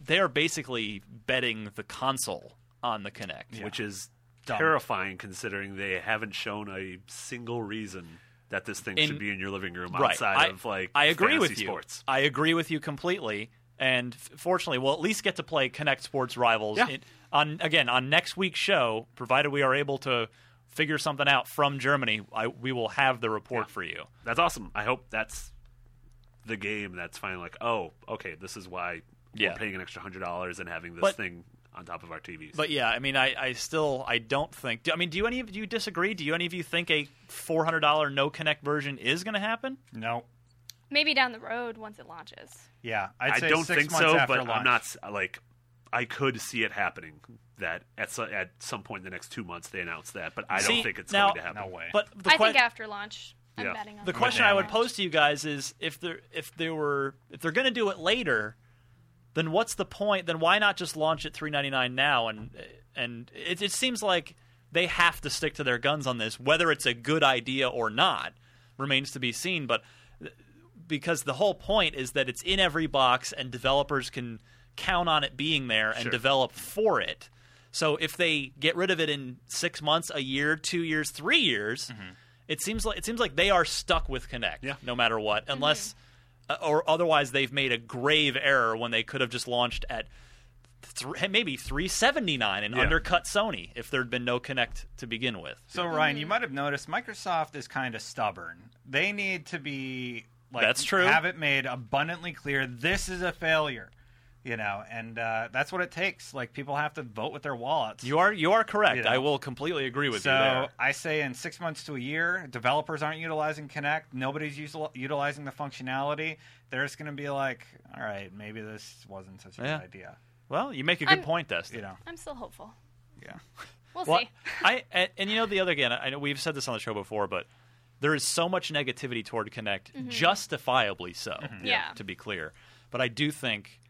Speaker 3: they are basically betting the console on the Connect.
Speaker 4: Which is terrifying considering they haven't shown a single reason that this thing
Speaker 3: In-
Speaker 4: should be in your living room
Speaker 3: right.
Speaker 4: outside
Speaker 3: I,
Speaker 4: of like
Speaker 3: I agree with
Speaker 4: fantasy
Speaker 3: you.
Speaker 4: sports.
Speaker 3: I agree with you completely. And f- fortunately, we'll at least get to play Connect Sports Rivals
Speaker 4: Yeah.
Speaker 3: in, on again on next week's show, provided we are able to figure something out from Germany. I, we will have the report for you.
Speaker 4: That's awesome. I hope that's the game that's finally like, oh, okay, this is why
Speaker 3: Yeah.
Speaker 4: we're paying an extra hundred dollars and having this
Speaker 3: But-
Speaker 4: thing on top of our TVs.
Speaker 3: But yeah, I mean, I, I still I don't think. Do, I mean, do you any of you disagree? Do you any of you think a four hundred dollar no connect version is going to happen?
Speaker 6: No.
Speaker 5: maybe down the road once it launches.
Speaker 6: Yeah. I'd
Speaker 4: I
Speaker 6: say
Speaker 4: don't
Speaker 6: six
Speaker 4: think
Speaker 6: months
Speaker 4: so.
Speaker 6: after
Speaker 4: But
Speaker 6: launch.
Speaker 4: I'm not s- like I could see it happening that at so, at some point in the next two months they announce that. But I
Speaker 3: See,
Speaker 4: don't think it's
Speaker 3: now-
Speaker 4: going to happen.
Speaker 6: No way.
Speaker 3: But the
Speaker 5: I
Speaker 3: que-
Speaker 5: think after launch, I'm
Speaker 4: Yeah.
Speaker 5: betting on
Speaker 3: the
Speaker 5: that.
Speaker 3: question I would
Speaker 5: Yeah.
Speaker 3: pose to you guys is if they're if they were if they're going to do it later, then what's the point? Then why not just launch at 3.99 now? And and it, it seems like they have to stick to their guns on this, whether it's a good idea or not remains to be seen. But because the whole point is that it's in every box and developers can count on it being there and
Speaker 4: Sure.
Speaker 3: develop for it. So if they get rid of it in six months, a year, two years, three years, it seems like it seems like they are stuck with Connect
Speaker 4: Yeah.
Speaker 3: no matter what, unless uh, or otherwise they've made a grave error when they could have just launched at th- maybe 379 and
Speaker 4: Yeah.
Speaker 3: undercut Sony if there'd been no Connect to begin with.
Speaker 5: Mm-hmm.
Speaker 6: So Ryan, you might have noticed Microsoft is kind of stubborn. They need to be like
Speaker 3: That's true.
Speaker 6: Have it made abundantly clear this is a failure, you know, and uh, that's what it takes. Like people have to vote with their wallets.
Speaker 3: You are you are correct.
Speaker 6: You know.
Speaker 3: I will completely agree with
Speaker 6: so
Speaker 3: you there.
Speaker 6: I say in six months to a year, developers aren't utilizing Connect. Nobody's usil- utilizing the functionality. They're just going to be like, all right, maybe this wasn't such a
Speaker 3: Yeah.
Speaker 6: good idea.
Speaker 3: Well, you make a good
Speaker 5: I'm-
Speaker 3: point, Dustin.
Speaker 6: You know,
Speaker 5: I'm still hopeful.
Speaker 6: yeah.
Speaker 5: We'll
Speaker 3: Well,
Speaker 5: see.
Speaker 3: I and, and you know the other again. I know we've said this on the show before, but there is so much negativity toward Connect, justifiably so.
Speaker 5: Mm-hmm. Yeah.
Speaker 3: To be clear, but I do think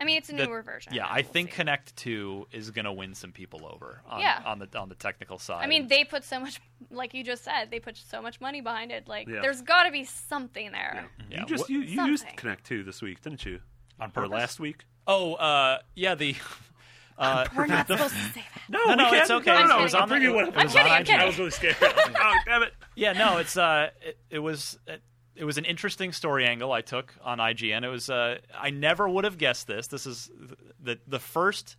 Speaker 5: I mean, it's a
Speaker 3: that-
Speaker 5: newer version.
Speaker 3: Yeah,
Speaker 5: and
Speaker 3: I
Speaker 5: we'll
Speaker 3: think
Speaker 5: see.
Speaker 3: Connect Two is going to win some people over. On,
Speaker 5: Yeah.
Speaker 3: on the on the technical side.
Speaker 5: I mean, they put so much, like you just said, they put so much money behind it. Like,
Speaker 4: Yeah.
Speaker 5: there's got to be something there.
Speaker 3: Yeah,
Speaker 4: you just
Speaker 3: what-
Speaker 4: you, you
Speaker 5: Something.
Speaker 4: used Connect too this week, didn't you?
Speaker 6: On
Speaker 4: Or
Speaker 6: purpose.
Speaker 4: last week?
Speaker 3: oh uh, yeah, the uh,
Speaker 5: We're not supposed to say that.
Speaker 3: no, no,
Speaker 4: we
Speaker 3: it's
Speaker 4: can't.
Speaker 3: okay.
Speaker 4: No, no,
Speaker 5: I'm
Speaker 4: no,
Speaker 5: kidding.
Speaker 4: I'm bringing what
Speaker 5: I'm kidding, I'm
Speaker 4: I
Speaker 5: kidding.
Speaker 4: was really scared. oh, damn it!
Speaker 3: yeah, no, it's uh, it, it was it, it was an interesting story angle I took on IGN. It was uh, I never would have guessed this. This is th- the the first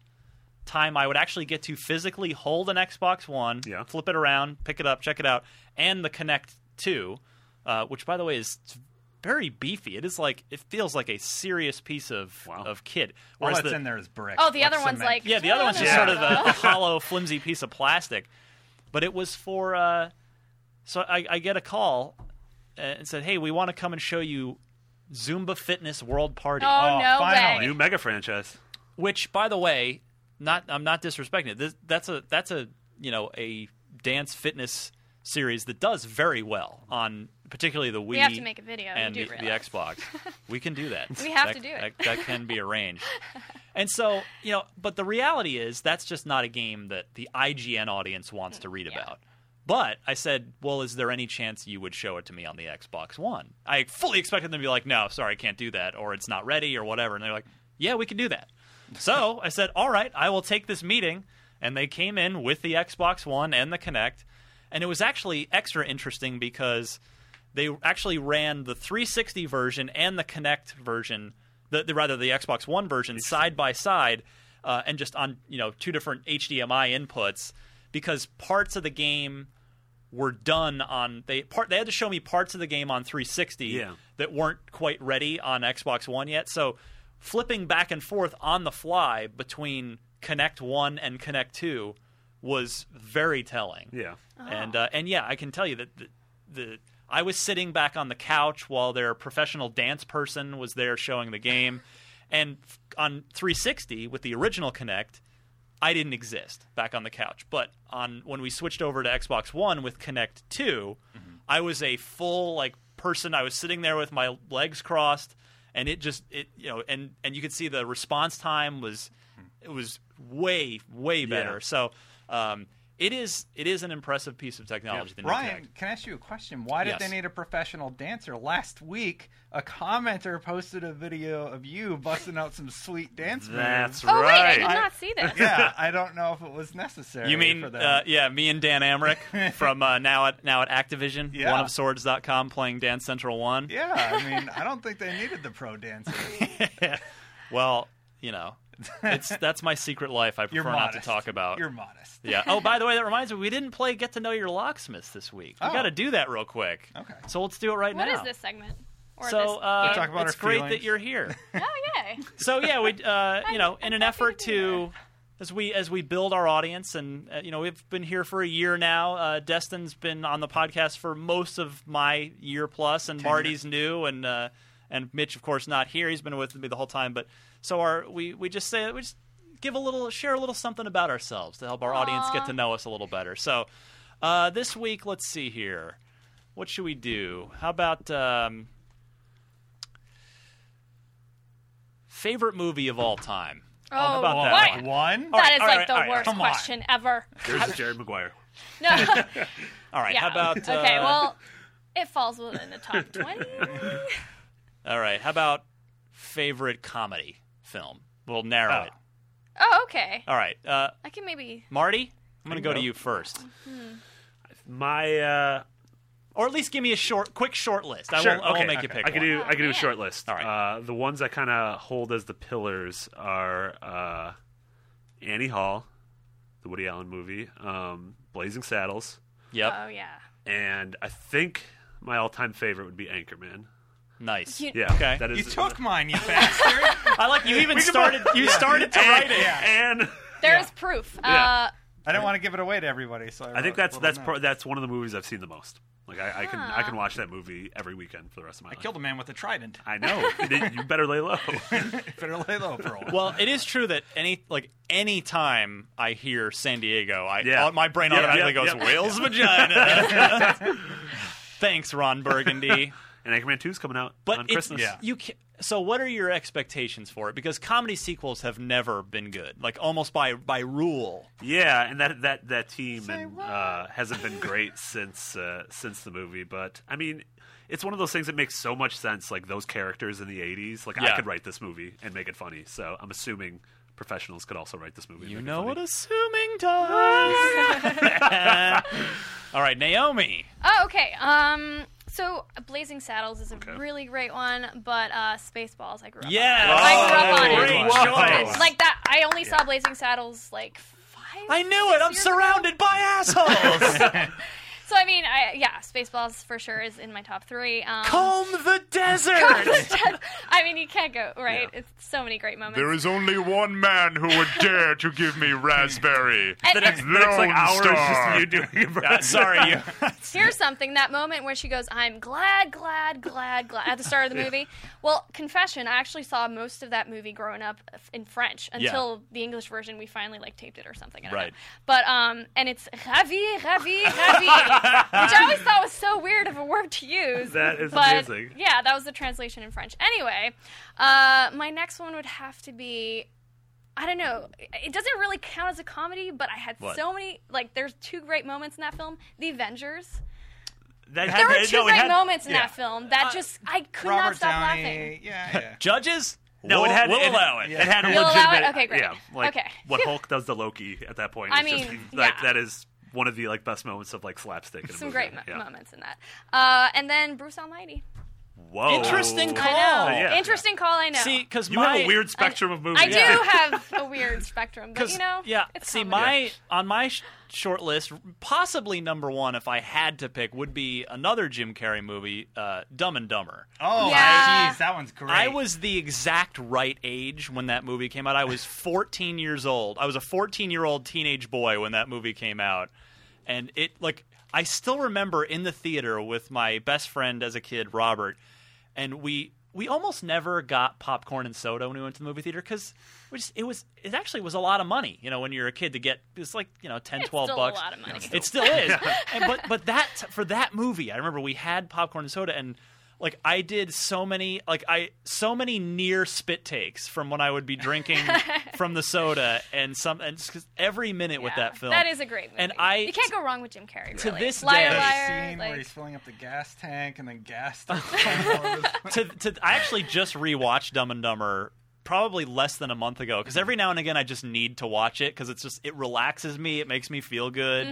Speaker 3: time I would actually get to physically hold an Xbox One,
Speaker 4: Yeah.
Speaker 3: flip it around, pick it up, check it out, and the Connect Two, uh, which by the way is very beefy. It is like it feels like a serious piece of
Speaker 4: Wow.
Speaker 3: of kit.
Speaker 6: All
Speaker 3: Whereas
Speaker 6: that's
Speaker 3: the-
Speaker 6: in there is brick.
Speaker 5: Oh, the
Speaker 6: like
Speaker 5: other one's
Speaker 6: cement.
Speaker 5: like
Speaker 3: yeah, the other one's just
Speaker 4: Yeah.
Speaker 3: sort of a, a hollow, flimsy piece of plastic. But it was for. Uh, so I, I get a call uh, and said, "Hey, we want to come and show you Zumba Fitness World Party."
Speaker 5: Oh,
Speaker 6: Oh,
Speaker 5: no
Speaker 6: finally.
Speaker 5: way.
Speaker 4: New mega franchise.
Speaker 3: Which, by the way, not I'm not disrespecting it. This, that's a that's a you know a dance fitness series that does very well on particularly the Wii.
Speaker 5: have to make a video, you
Speaker 3: and
Speaker 5: do
Speaker 3: the, the
Speaker 5: realize.
Speaker 3: Xbox. we can do that.
Speaker 5: We have
Speaker 3: That-
Speaker 5: to do it.
Speaker 3: That, that can be arranged. And so you know, but the reality is that's just not a game that the IGN audience wants to read
Speaker 5: yeah.
Speaker 3: about. But I said, well, is there any chance you would show it to me on the Xbox One? I fully expected them to be like, no, sorry, I can't do that, or it's not ready, or whatever. And they're like, yeah, we can do that. So I said, all right, I will take this meeting. And they came in with the Xbox One and the Kinect. And it was actually extra interesting because they actually ran the 360 version and the Kinect version, the, the rather the Xbox One version, side by side, uh, and just on you know two different HDMI inputs because parts of the game were done on they part they had to show me parts of the game on 360
Speaker 4: Yeah.
Speaker 3: that weren't quite ready on Xbox One yet. So flipping back and forth on the fly between Connect One and Connect Two was very telling.
Speaker 4: Yeah.
Speaker 3: And uh, and yeah, I can tell you that the, the I was sitting back on the couch while their professional dance person was there showing the game, and f- on 360 with the original Connect, I didn't exist back on the couch. But on when we switched over to Xbox One with Connect 2
Speaker 6: Mm-hmm.
Speaker 3: I was a full like person. I was sitting there with my legs crossed, and it just it you know and and you could see the response time was it was way way better. So um, it is it is an impressive piece of technology. the new
Speaker 6: Ryan,
Speaker 3: Kinect.
Speaker 6: can I ask you a question? Why did
Speaker 3: Yes.
Speaker 6: they need a professional dancer? Last week, a commenter posted a video of you busting out some sweet dance moves.
Speaker 4: That's
Speaker 5: Oh, wait, I
Speaker 4: right.
Speaker 5: did not see this.
Speaker 6: yeah. I don't know if it was necessary.
Speaker 3: You mean
Speaker 6: for them.
Speaker 3: uh, yeah? Me and Dan Amrick from uh, now at now at Activision,
Speaker 6: Yeah.
Speaker 3: one of swords.com playing Dance Central One.
Speaker 6: yeah, I mean, I don't think they needed the pro dancer.
Speaker 3: Well, you know, it's that's my secret life. I
Speaker 6: You're
Speaker 3: prefer not
Speaker 6: modest.
Speaker 3: to talk about.
Speaker 6: You're modest.
Speaker 3: yeah. Oh, by the way, that reminds me, we didn't play Get to Know Your Locksmiths this week. We
Speaker 6: Oh.
Speaker 3: got to do that real quick.
Speaker 6: Okay.
Speaker 3: So let's do it right
Speaker 5: What
Speaker 3: now.
Speaker 5: is this segment? Or
Speaker 3: So
Speaker 5: this
Speaker 3: uh,
Speaker 6: We'll talk about
Speaker 3: it's
Speaker 6: our
Speaker 3: great that
Speaker 6: feelings.
Speaker 3: you're here.
Speaker 5: game? oh, yay.
Speaker 3: so yeah, we uh, you know, in
Speaker 5: I'm
Speaker 3: an
Speaker 5: happy
Speaker 3: effort
Speaker 5: to be
Speaker 3: to as we as we build our audience, and uh, you know, we've been here for a year now. Uh, Destin's been on the podcast for most of my year plus, and Marty's new, and uh, and Mitch, of course, not here. He's been with me the whole time, but so our we we just say we just give a little share a little something about ourselves to help our audience get to know us a little better. So uh, this week, let's see here. What should we do? How about um, favorite movie of all time.
Speaker 5: Oh,
Speaker 3: How about that? one?
Speaker 5: what?
Speaker 6: One?
Speaker 3: All
Speaker 5: That
Speaker 3: right,
Speaker 5: is
Speaker 3: all
Speaker 5: like
Speaker 3: right,
Speaker 5: the
Speaker 3: all right,
Speaker 5: worst
Speaker 6: come on.
Speaker 5: question ever.
Speaker 4: There's Jerry Maguire.
Speaker 5: No.
Speaker 3: All right,
Speaker 5: yeah.
Speaker 3: how about
Speaker 5: okay,
Speaker 3: uh,
Speaker 5: well, it falls within the top 20.
Speaker 3: All right, how about favorite comedy film? We'll narrow
Speaker 6: Oh.
Speaker 3: it.
Speaker 5: Oh, okay.
Speaker 3: All right, uh,
Speaker 5: I can maybe.
Speaker 3: Marty, I'm going to go
Speaker 4: can
Speaker 3: to
Speaker 4: go.
Speaker 3: you first,
Speaker 4: My uh,
Speaker 3: or at least give me a short, quick short list. I
Speaker 4: Sure,
Speaker 3: will, I will
Speaker 4: okay,
Speaker 3: make you
Speaker 4: okay.
Speaker 3: pick.
Speaker 4: I can
Speaker 3: one.
Speaker 4: do. I can do
Speaker 5: man.
Speaker 4: a short list.
Speaker 3: All right.
Speaker 4: Uh, the ones I kind of hold as the pillars are uh, Annie Hall, the Woody Allen movie, um, Blazing Saddles,
Speaker 3: Yep,
Speaker 5: Oh, yeah.
Speaker 4: and I think my all-time favorite would be Anchorman.
Speaker 3: nice.
Speaker 5: You-
Speaker 4: Yeah.
Speaker 3: Okay.
Speaker 4: That is.
Speaker 6: You took mine, you bastard.
Speaker 3: I like you. Even
Speaker 4: We can both-
Speaker 3: started. You started to
Speaker 4: and,
Speaker 3: write it.
Speaker 4: and
Speaker 5: There is proof. Uh,
Speaker 4: Yeah.
Speaker 6: I didn't want to give it away to everybody, so I,
Speaker 4: I think
Speaker 6: wrote
Speaker 4: that's
Speaker 6: little
Speaker 4: that's
Speaker 6: notes.
Speaker 4: pro- that's one of the movies I've seen the most. Like I, I can I can watch that movie every weekend for the rest of my
Speaker 6: I
Speaker 4: life.
Speaker 6: killed a man with a trident.
Speaker 4: I know. you better lay low.
Speaker 6: Better lay low for a while.
Speaker 3: Well, it is true that any like any time I hear San Diego, I
Speaker 4: Yeah.
Speaker 3: uh, my brain
Speaker 4: Yeah,
Speaker 3: automatically
Speaker 4: yeah,
Speaker 3: goes
Speaker 4: yeah.
Speaker 3: Whale's vagina. Thanks, Ron Burgundy.
Speaker 4: and Anchorman Two is coming out
Speaker 3: But
Speaker 4: on
Speaker 3: it's-
Speaker 4: Christmas.
Speaker 6: Yeah.
Speaker 3: you can, so what are your expectations for it? Because comedy sequels have never been good, like almost by by rule.
Speaker 4: Yeah, and that that that team and, uh, hasn't been great since uh, since the movie. But I mean, it's one of those things that makes so much sense. Like those characters in the '80s. Like
Speaker 3: Yeah.
Speaker 4: I could write this movie and make it funny. So I'm assuming professionals could also write this movie. And
Speaker 3: You
Speaker 4: make
Speaker 3: know
Speaker 4: it
Speaker 3: what
Speaker 4: funny.
Speaker 3: assuming does. All right, Naomi.
Speaker 5: Oh, okay. Um, so Blazing Saddles is a
Speaker 4: Okay.
Speaker 5: really great one, but uh, Spaceballs, I grew up.
Speaker 3: Yes.
Speaker 5: on. I grew up on
Speaker 6: Oh,
Speaker 5: it.
Speaker 3: Great
Speaker 6: Whoa.
Speaker 3: choice.
Speaker 5: Like that, I only saw Blazing Saddles like five.
Speaker 3: I knew it. I'm
Speaker 5: six years ago.
Speaker 3: surrounded by assholes.
Speaker 5: So I mean, I, yeah, Spaceballs for sure is in my top three. Um,
Speaker 3: Comb the desert.
Speaker 5: I mean, you can't go right. It's so many great moments.
Speaker 2: There is only one man who would dare to give me raspberry.
Speaker 5: And-
Speaker 4: The next, the
Speaker 5: and
Speaker 4: next like
Speaker 2: Lone
Speaker 4: hour
Speaker 2: Star.
Speaker 4: is just you doing it.
Speaker 3: Uh, sorry, you.
Speaker 5: here's something that moment where she goes, "I'm glad, glad, glad, glad" at the start of the movie. Well, confession, I actually saw most of that movie growing up in French until the English version. We finally like taped it or something. I don't know.
Speaker 3: Right.
Speaker 5: But um, and it's ravi, ravi, ravi, which I always thought was so weird of a word to use.
Speaker 4: That is
Speaker 5: But,
Speaker 4: amazing.
Speaker 5: Yeah, that was the translation in French. Anyway, uh, my next one would have to be. I don't know. It doesn't really count as a comedy, but I had
Speaker 3: What?
Speaker 5: so many. Like, there's two great moments in that film: The Avengers.
Speaker 4: That
Speaker 5: There
Speaker 4: had-
Speaker 5: were
Speaker 4: no,
Speaker 5: two
Speaker 4: it
Speaker 5: great
Speaker 4: had-
Speaker 5: moments in
Speaker 4: yeah. Uh,
Speaker 5: that film that just I could
Speaker 6: Robert
Speaker 5: not stop
Speaker 6: Downey.
Speaker 5: laughing.
Speaker 6: Yeah, yeah.
Speaker 3: Judges?
Speaker 4: No, it had
Speaker 3: We'll
Speaker 4: it,
Speaker 3: allow it.
Speaker 4: It had a
Speaker 5: You'll allow it?
Speaker 4: legitimate.
Speaker 5: Okay, great.
Speaker 4: Yeah, like
Speaker 5: Okay.
Speaker 4: what Hulk does to Loki at that point.
Speaker 5: I
Speaker 4: is just,
Speaker 5: mean,
Speaker 4: like
Speaker 5: yeah.
Speaker 4: that is one of the like best moments of like slapstick. In a
Speaker 5: Some
Speaker 4: movie.
Speaker 5: great mo-
Speaker 4: yeah.
Speaker 5: moments in that, uh, and then Bruce Almighty.
Speaker 4: Whoa,
Speaker 3: Interesting
Speaker 5: I
Speaker 3: call.
Speaker 5: know.
Speaker 4: yeah, yeah.
Speaker 5: Interesting call. I know.
Speaker 3: See, because
Speaker 4: You
Speaker 3: my
Speaker 4: have a weird spectrum of movies.
Speaker 5: I
Speaker 3: Yeah.
Speaker 5: do have a weird spectrum, but
Speaker 3: 'cause-
Speaker 5: you know,
Speaker 3: yeah.
Speaker 5: It's
Speaker 3: see,
Speaker 5: comedy.
Speaker 3: my on my sh- short list, possibly number one, if I had to pick, would be another Jim Carrey movie, uh, Dumb and Dumber.
Speaker 6: Oh,
Speaker 5: Yeah.
Speaker 6: jeez, that one's great.
Speaker 3: I was the exact right age when that movie came out. I was 14 years old. I was a 14 year old teenage boy when that movie came out. And it, like, I still remember in the theater with my best friend as a kid, Robert, and we. We almost never got popcorn and soda when we went to the movie theater because it was it actually was a lot of money. You know, when you're a kid to get it's like you know 10,
Speaker 5: It's
Speaker 3: 12
Speaker 5: still a
Speaker 3: bucks.
Speaker 5: lot of money.
Speaker 3: It still is. and, but but that for that movie, I remember we had popcorn and soda, and like I did so many like I so many near spit takes from when I would be drinking from the soda and some and just 'cause every minute with
Speaker 5: Yeah.
Speaker 3: that film.
Speaker 5: That is a great movie.
Speaker 3: And I
Speaker 5: you can't go wrong with Jim Carrey.
Speaker 3: To
Speaker 5: really.
Speaker 3: this
Speaker 5: liar,
Speaker 3: day-
Speaker 6: that
Speaker 5: liar,
Speaker 6: scene
Speaker 5: like-
Speaker 6: where he's filling up the gas tank and then gas starts coming out of his-
Speaker 3: to, to I actually just rewatched Dumb and Dumber probably less than a month ago because every now and again I just need to watch it because it's just it relaxes me, it makes me feel good,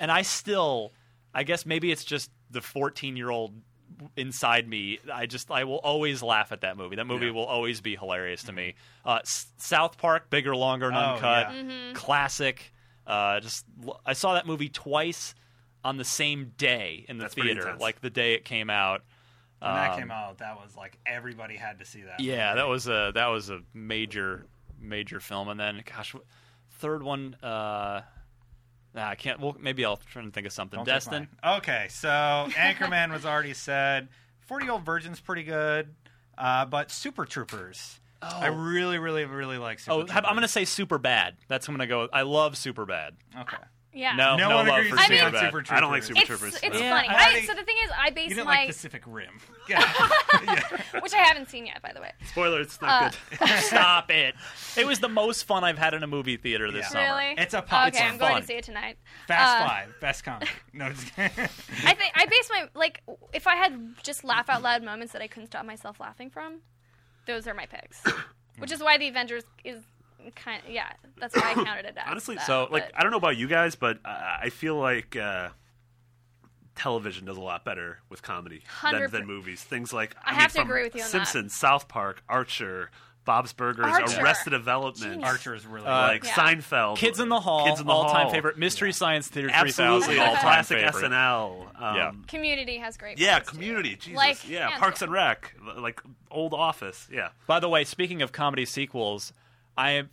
Speaker 3: and I still, I guess maybe it's just the fourteen year old inside me. I just I will always laugh at that movie. That movie
Speaker 4: Yeah.
Speaker 3: will always be hilarious to me. Uh, S- South Park, bigger, longer, and
Speaker 6: Oh,
Speaker 3: uncut,
Speaker 6: yeah.
Speaker 3: classic. Uh, just l- I saw that movie twice on the same day in the
Speaker 4: That's pretty
Speaker 3: theater,
Speaker 4: intense.
Speaker 3: like the day it came out.
Speaker 6: When that
Speaker 3: Um,
Speaker 6: came out, that was like everybody had to see that.
Speaker 3: yeah, that was a that was a major major film, and then gosh, wh- third one. Uh, nah, I can't. Well, maybe I'll try and think of something.
Speaker 6: Don't take
Speaker 3: Destin.
Speaker 6: mine. Okay, so Anchorman was already said. Forty Year Old Virgin's pretty good, uh, but Super Troopers. I really, really, really like Super
Speaker 3: Oh,
Speaker 6: Troopers.
Speaker 3: how- I'm gonna say Super Bad. That's what I'm gonna go. With. I love Super Bad.
Speaker 6: Okay.
Speaker 5: Yeah.
Speaker 3: No,
Speaker 6: No
Speaker 3: no,
Speaker 6: one
Speaker 3: love
Speaker 6: agrees
Speaker 3: for
Speaker 6: with
Speaker 5: me
Speaker 3: Super
Speaker 5: on
Speaker 3: Bad.
Speaker 6: Super
Speaker 4: I don't like
Speaker 6: Troopers.
Speaker 4: Super
Speaker 5: It's,
Speaker 4: Troopers.
Speaker 5: it's
Speaker 4: though.
Speaker 6: Yeah,
Speaker 5: funny.
Speaker 6: I
Speaker 5: I,
Speaker 6: think-
Speaker 5: so the thing is, I base my
Speaker 6: You didn't like Pacific Rim. Yeah.
Speaker 5: which I haven't seen yet, by the way.
Speaker 4: Spoiler, it's not
Speaker 5: uh,
Speaker 4: good.
Speaker 3: Stop it. It was the most fun I've had in a movie theater this
Speaker 6: Yeah.
Speaker 3: summer.
Speaker 5: Really?
Speaker 6: It's a pop-
Speaker 5: Okay,
Speaker 6: it's
Speaker 5: I'm going
Speaker 3: fun.
Speaker 5: to see it tonight.
Speaker 6: Fast
Speaker 5: Uh,
Speaker 6: Five, best comic. No, just kidding.
Speaker 5: I think I base my like if I had just laugh out loud moments that I couldn't stop myself laughing from, those are my picks. Which is why the Avengers is kind of, yeah, that's why I counted it as.
Speaker 4: Honestly,
Speaker 5: that,
Speaker 4: so like
Speaker 5: but-
Speaker 4: I don't know about you guys, but I I feel like uh, television does a lot better with comedy than,
Speaker 5: Hundred
Speaker 4: than
Speaker 5: per-
Speaker 4: movies. Things like
Speaker 5: I
Speaker 4: mean,
Speaker 5: have to
Speaker 4: from
Speaker 5: agree with you on that.
Speaker 4: Simpsons, South Park, Archer, Bob's Burgers,
Speaker 5: Archer.
Speaker 4: Arrested Development,
Speaker 5: Genius.
Speaker 6: Archer is really
Speaker 4: like
Speaker 5: Yeah.
Speaker 4: Seinfeld,
Speaker 3: Uh, Kids in the Hall,
Speaker 4: Kids in the
Speaker 3: all-time
Speaker 4: Hall.
Speaker 3: favorite. Mystery Science Theater 3000,
Speaker 4: Absolutely, all
Speaker 3: all-time
Speaker 4: classic
Speaker 3: favorite.
Speaker 4: SNL. Um,
Speaker 3: Yeah.
Speaker 5: Community has great.
Speaker 4: Yeah,
Speaker 5: moments, too.
Speaker 4: Community, Jesus,
Speaker 5: Like,
Speaker 4: yeah,
Speaker 5: hands
Speaker 4: Parks
Speaker 5: down.
Speaker 4: and Rec, like old Office, yeah.
Speaker 3: By the way, speaking of comedy sequels, I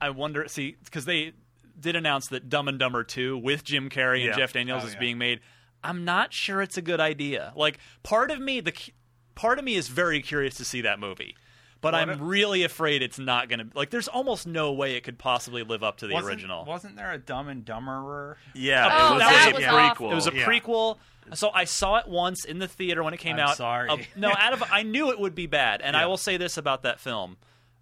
Speaker 3: I wonder see because they did announce that Dumb and Dumber Two with Jim Carrey and
Speaker 4: Yeah.
Speaker 3: Jeff Daniels
Speaker 6: Oh,
Speaker 3: is
Speaker 6: yeah.
Speaker 3: being made. I'm not sure it's a good idea. Like part of me the cu- part of me is very curious to see that movie. But I'm
Speaker 6: if-
Speaker 3: really afraid it's not going to like. There's almost no way it could possibly live up to the
Speaker 6: wasn't,
Speaker 3: original.
Speaker 6: Wasn't there a Dumb and Dumberer?
Speaker 4: Yeah,
Speaker 5: Oh,
Speaker 4: it was
Speaker 5: that
Speaker 4: a
Speaker 5: was awful.
Speaker 4: prequel.
Speaker 3: It was a
Speaker 6: Yeah.
Speaker 3: prequel. So I saw it once in the theater when it came
Speaker 6: I'm
Speaker 3: out.
Speaker 6: sorry.
Speaker 3: Uh, no, out of I knew it would be bad, and I
Speaker 6: Yeah.
Speaker 3: will say this about that film.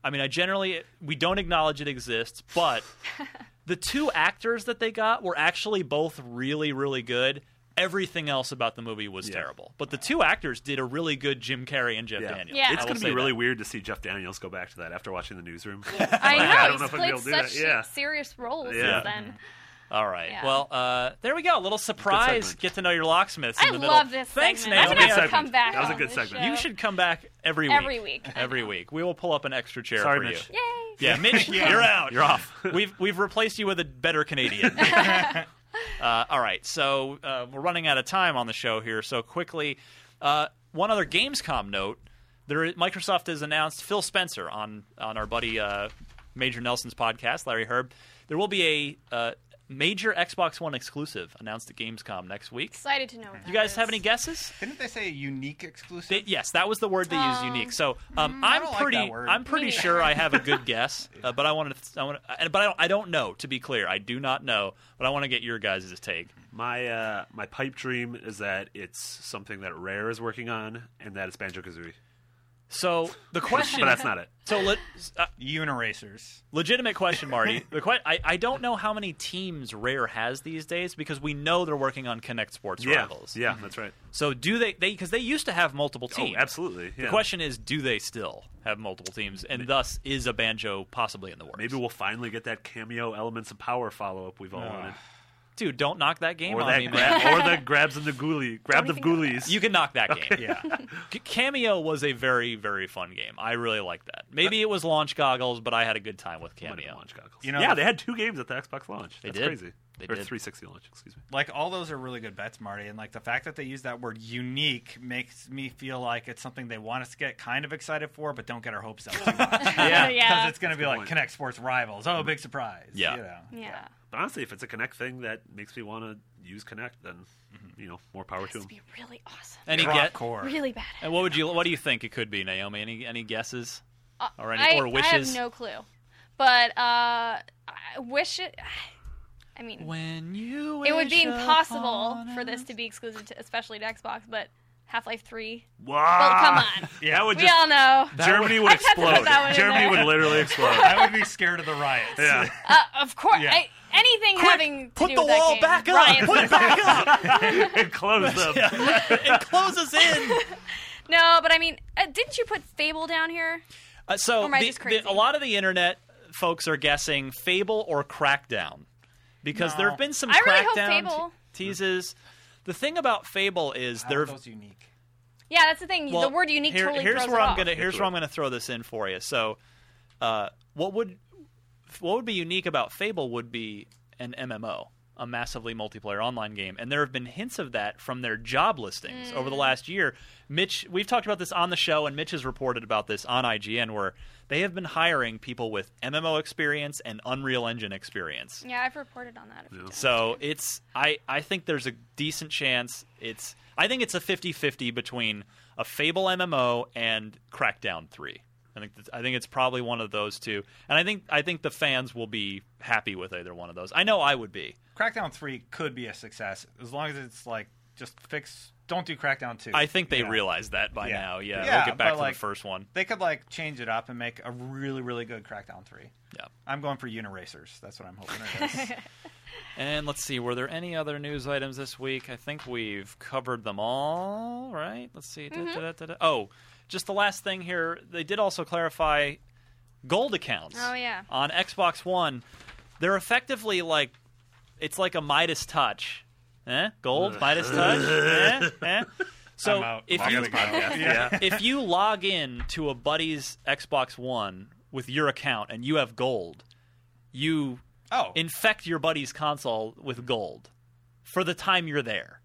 Speaker 3: I mean, I generally we don't acknowledge it exists, but the two actors that they got were actually both really, really good. Everything else about the movie was
Speaker 4: Yeah.
Speaker 3: terrible, but the two actors did a really good Jim Carrey and Jeff
Speaker 4: Yeah.
Speaker 3: Daniels.
Speaker 5: Yeah.
Speaker 3: I
Speaker 4: It's
Speaker 3: will
Speaker 4: going to
Speaker 3: say
Speaker 4: be really
Speaker 3: that.
Speaker 4: weird to see Jeff Daniels go back to that after watching the newsroom.
Speaker 5: I know.
Speaker 4: I don't
Speaker 5: he's
Speaker 4: know if I'd be
Speaker 5: played
Speaker 4: able to do that,
Speaker 5: such
Speaker 4: yeah.
Speaker 5: serious roles
Speaker 4: Yeah.
Speaker 5: since then.
Speaker 3: All right.
Speaker 5: Yeah.
Speaker 3: Well, uh, there we go. A little surprise.
Speaker 4: segment.
Speaker 3: Get to know your locksmiths.
Speaker 5: I
Speaker 3: in the middle.
Speaker 5: love this.
Speaker 3: Thanks,
Speaker 5: segment.
Speaker 3: Naomi.
Speaker 5: I'm gonna
Speaker 4: Good
Speaker 5: have to come
Speaker 4: segment.
Speaker 5: back.
Speaker 4: That was a
Speaker 5: on
Speaker 4: good
Speaker 5: this
Speaker 4: segment.
Speaker 5: show.
Speaker 3: You should come back every week.
Speaker 5: Every week.
Speaker 3: Every week. We will pull up an extra chair
Speaker 4: Sorry,
Speaker 3: for
Speaker 4: Mitch.
Speaker 3: you.
Speaker 5: Yay.
Speaker 3: Yeah, Mitch, you're out.
Speaker 4: You're off.
Speaker 3: We've we've replaced you with a better Canadian. uh, all right, so uh, we're running out of time on the show here. So quickly, uh, one other Gamescom note: there, Microsoft has announced Phil Spencer on on our buddy uh, Major Nelson's podcast, Larry Herb. There will be a uh, major Xbox One exclusive announced at Gamescom next week.
Speaker 5: Excited to know. What
Speaker 3: You guys have any guesses?
Speaker 6: Didn't they say a unique exclusive?
Speaker 3: They- yes, that was the word they used,
Speaker 5: Oh.
Speaker 3: unique. So um,
Speaker 6: mm, I
Speaker 3: I'm
Speaker 6: don't like
Speaker 3: pretty,
Speaker 6: that word.
Speaker 3: I'm pretty
Speaker 5: Me neither.
Speaker 3: sure I have a good guess, uh, but I want to, I want to, but I don't, I don't know. To be clear, I do not know, but I want to get your guys' take.
Speaker 4: my uh, my pipe dream is that it's something that Rare is working on, and that it's Banjo Kazooie.
Speaker 3: So the question,
Speaker 4: But that's not it.
Speaker 3: so le- uh,
Speaker 6: Uniracers.
Speaker 3: legitimate question, Marty. The que- I, I don't know how many teams Rare has these days because we know they're working on Connect Sports
Speaker 4: Yeah,
Speaker 3: Rivals.
Speaker 4: yeah, that's right.
Speaker 3: So do they? They because they used to have multiple teams.
Speaker 4: Oh, absolutely.
Speaker 3: The
Speaker 4: yeah.
Speaker 3: question is, do they still have multiple teams, and thus is a banjo possibly in the works?
Speaker 4: Maybe we'll finally get that cameo Elements of Power follow up we've all wanted,
Speaker 3: dude, don't knock that game
Speaker 4: or
Speaker 3: on
Speaker 4: that
Speaker 3: me, man.
Speaker 4: gra- or the grabs and the ghoulie, grab the
Speaker 5: Don't even
Speaker 4: ghoulies.
Speaker 3: You can knock that game.
Speaker 6: Yeah.
Speaker 3: C- Cameo was a very, very fun game. I really liked that. Maybe it was launch goggles, but I had a good time with
Speaker 4: Might have been
Speaker 3: Cameo.
Speaker 4: launch goggles.
Speaker 6: You know-
Speaker 4: yeah, they had two games at the Xbox launch.
Speaker 3: They
Speaker 4: That's
Speaker 3: did.
Speaker 4: crazy.
Speaker 3: They
Speaker 4: or
Speaker 3: did.
Speaker 4: 360 launch, excuse me.
Speaker 6: like all those are really good bets, Marty, and like the fact that they use that word unique makes me feel like it's something they want us to get kind of excited for, but don't get our hopes up too much.
Speaker 3: Yeah.
Speaker 5: yeah.
Speaker 6: Because it's going to be like
Speaker 4: point.
Speaker 6: Connect Sports Rivals. Oh, big surprise.
Speaker 3: Yeah.
Speaker 6: You know.
Speaker 5: yeah.
Speaker 4: But honestly, if it's a Connect thing that makes me want to use Connect, then
Speaker 3: Mm-hmm.
Speaker 4: you know, more power to
Speaker 5: This
Speaker 4: them.
Speaker 5: would be really awesome.
Speaker 3: Any
Speaker 6: Drop
Speaker 3: get?
Speaker 6: core.
Speaker 5: Really bad.
Speaker 3: And what would you? What do you think it could be, Naomi? Any any guesses?
Speaker 5: Uh,
Speaker 3: Or any-
Speaker 5: I,
Speaker 3: or
Speaker 5: I have
Speaker 3: wishes?
Speaker 5: no clue, but uh, I wish it. I mean,
Speaker 3: When you
Speaker 5: it would be
Speaker 3: wish
Speaker 5: impossible
Speaker 3: upon
Speaker 5: for
Speaker 3: a-
Speaker 5: this to be exclusive, to, especially to Xbox. But Half Life Three.
Speaker 3: Ah.
Speaker 5: Well, come
Speaker 4: Wow.
Speaker 5: on.
Speaker 6: Yeah.
Speaker 4: That would
Speaker 5: We
Speaker 4: just
Speaker 5: all know.
Speaker 4: Germany would,
Speaker 5: I'd have to put
Speaker 4: explode.
Speaker 5: that one in
Speaker 4: Germany
Speaker 5: there.
Speaker 4: would literally explode.
Speaker 6: I would be scared of the riots.
Speaker 4: yeah.
Speaker 5: Uh, of course,
Speaker 6: Yeah.
Speaker 5: I, anything having to
Speaker 3: put
Speaker 5: do
Speaker 3: the
Speaker 5: with that
Speaker 3: wall
Speaker 5: game.
Speaker 3: back up!
Speaker 5: Ryan's
Speaker 3: Put
Speaker 5: the
Speaker 3: it back
Speaker 5: problem.
Speaker 3: up!
Speaker 4: it closed up.
Speaker 3: it closes in.
Speaker 5: No, but I mean, uh, didn't you put Fable down here?
Speaker 3: Uh, so
Speaker 5: Or am I
Speaker 3: the-
Speaker 5: just
Speaker 3: the-
Speaker 5: crazy?
Speaker 3: a lot of the internet folks are guessing Fable or Crackdown because
Speaker 6: No.
Speaker 3: there have been some
Speaker 5: I really hope
Speaker 3: Crackdown
Speaker 5: Fable.
Speaker 3: te- teases. The thing about Fable is
Speaker 6: How
Speaker 3: there
Speaker 6: are
Speaker 3: have
Speaker 6: those unique?
Speaker 5: Yeah, that's the thing.
Speaker 3: Well,
Speaker 5: the word unique
Speaker 3: here-
Speaker 5: totally
Speaker 3: here's
Speaker 5: throws
Speaker 3: where
Speaker 5: it
Speaker 3: I'm
Speaker 5: off.
Speaker 3: gonna here's
Speaker 4: Get
Speaker 3: where
Speaker 4: to
Speaker 3: I'm gonna throw this in for you. So, uh, what would what would be unique about Fable would be an MMO, a massively multiplayer online game, and there have been hints of that from their job listings over
Speaker 5: Mm.
Speaker 3: the last year. Mitch, we've talked about this on the show, and Mitch has reported about this on IGN, where they have been hiring people with MMO experience and Unreal Engine experience.
Speaker 5: Yeah, I've reported on that. A few times.
Speaker 3: So it's I I think there's a decent chance it's I think it's a 50-50 between a Fable MMO and Crackdown 3. I think that's, I think it's probably one of those two, and I think I think the fans will be happy with either one of those. I know I would be.
Speaker 6: Crackdown three could be a success as long as it's like just fix. Don't do Crackdown two.
Speaker 3: I think they
Speaker 6: you know?
Speaker 3: realize that by
Speaker 6: Yeah.
Speaker 3: now. Yeah,
Speaker 6: Yeah,
Speaker 3: we'll get back
Speaker 6: but,
Speaker 3: to
Speaker 6: like-
Speaker 3: the first one.
Speaker 6: they could like change it up and make a really really good Crackdown three.
Speaker 3: Yeah,
Speaker 6: I'm going for Uniracers. That's what I'm hoping it is.
Speaker 3: and let's see. Were there any other news items this week? I think we've covered them all, right? Let's see. Da-
Speaker 5: Mm-hmm.
Speaker 3: da- da- da- da. Oh, just the last thing here. They did also clarify gold accounts.
Speaker 5: Oh, yeah.
Speaker 3: on Xbox One, they're effectively like it's like a Midas touch. Eh? Gold Midas touch. Eh? Eh? So
Speaker 6: I'm out.
Speaker 3: if
Speaker 4: I
Speaker 3: you
Speaker 4: gotta go.
Speaker 6: yeah.
Speaker 3: if you log in to a buddy's Xbox One with your account and you have gold, you
Speaker 6: Oh,
Speaker 3: infect your buddy's console with gold for the time you're there.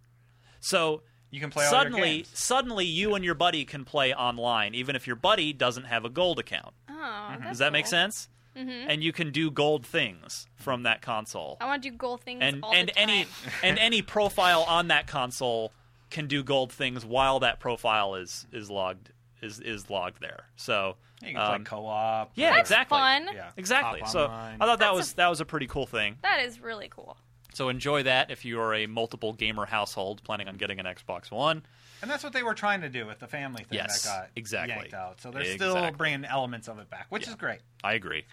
Speaker 3: So
Speaker 6: you can play all your
Speaker 3: suddenly,
Speaker 6: games.
Speaker 3: suddenly you and your buddy can play online, even if your buddy doesn't have a gold account.
Speaker 5: Oh,
Speaker 3: Does that make sense? Mm-hmm. And you can do gold things from that console,
Speaker 5: I want to do goal things
Speaker 3: and
Speaker 5: Oh, all
Speaker 3: and
Speaker 5: the time.
Speaker 3: any and any profile on that console can do gold things while that profile is is logged is is logged there. So
Speaker 6: You can play
Speaker 3: um,
Speaker 6: co-op.
Speaker 3: yeah,
Speaker 5: That's
Speaker 3: exactly.
Speaker 5: fun.
Speaker 6: Yeah.
Speaker 3: Exactly.
Speaker 6: Hop
Speaker 3: So I
Speaker 6: online.
Speaker 3: thought that
Speaker 5: That's
Speaker 3: was
Speaker 5: a-
Speaker 3: that was a pretty cool thing.
Speaker 5: That is really cool.
Speaker 3: So enjoy that if you are a multiple gamer household planning on getting an Xbox One.
Speaker 6: And that's what they were trying to do with the family thing
Speaker 3: Yes,
Speaker 6: that got
Speaker 3: exactly.
Speaker 6: yanked out. So they're still
Speaker 3: Exactly.
Speaker 6: bringing elements of it back, which is great.
Speaker 3: I agree.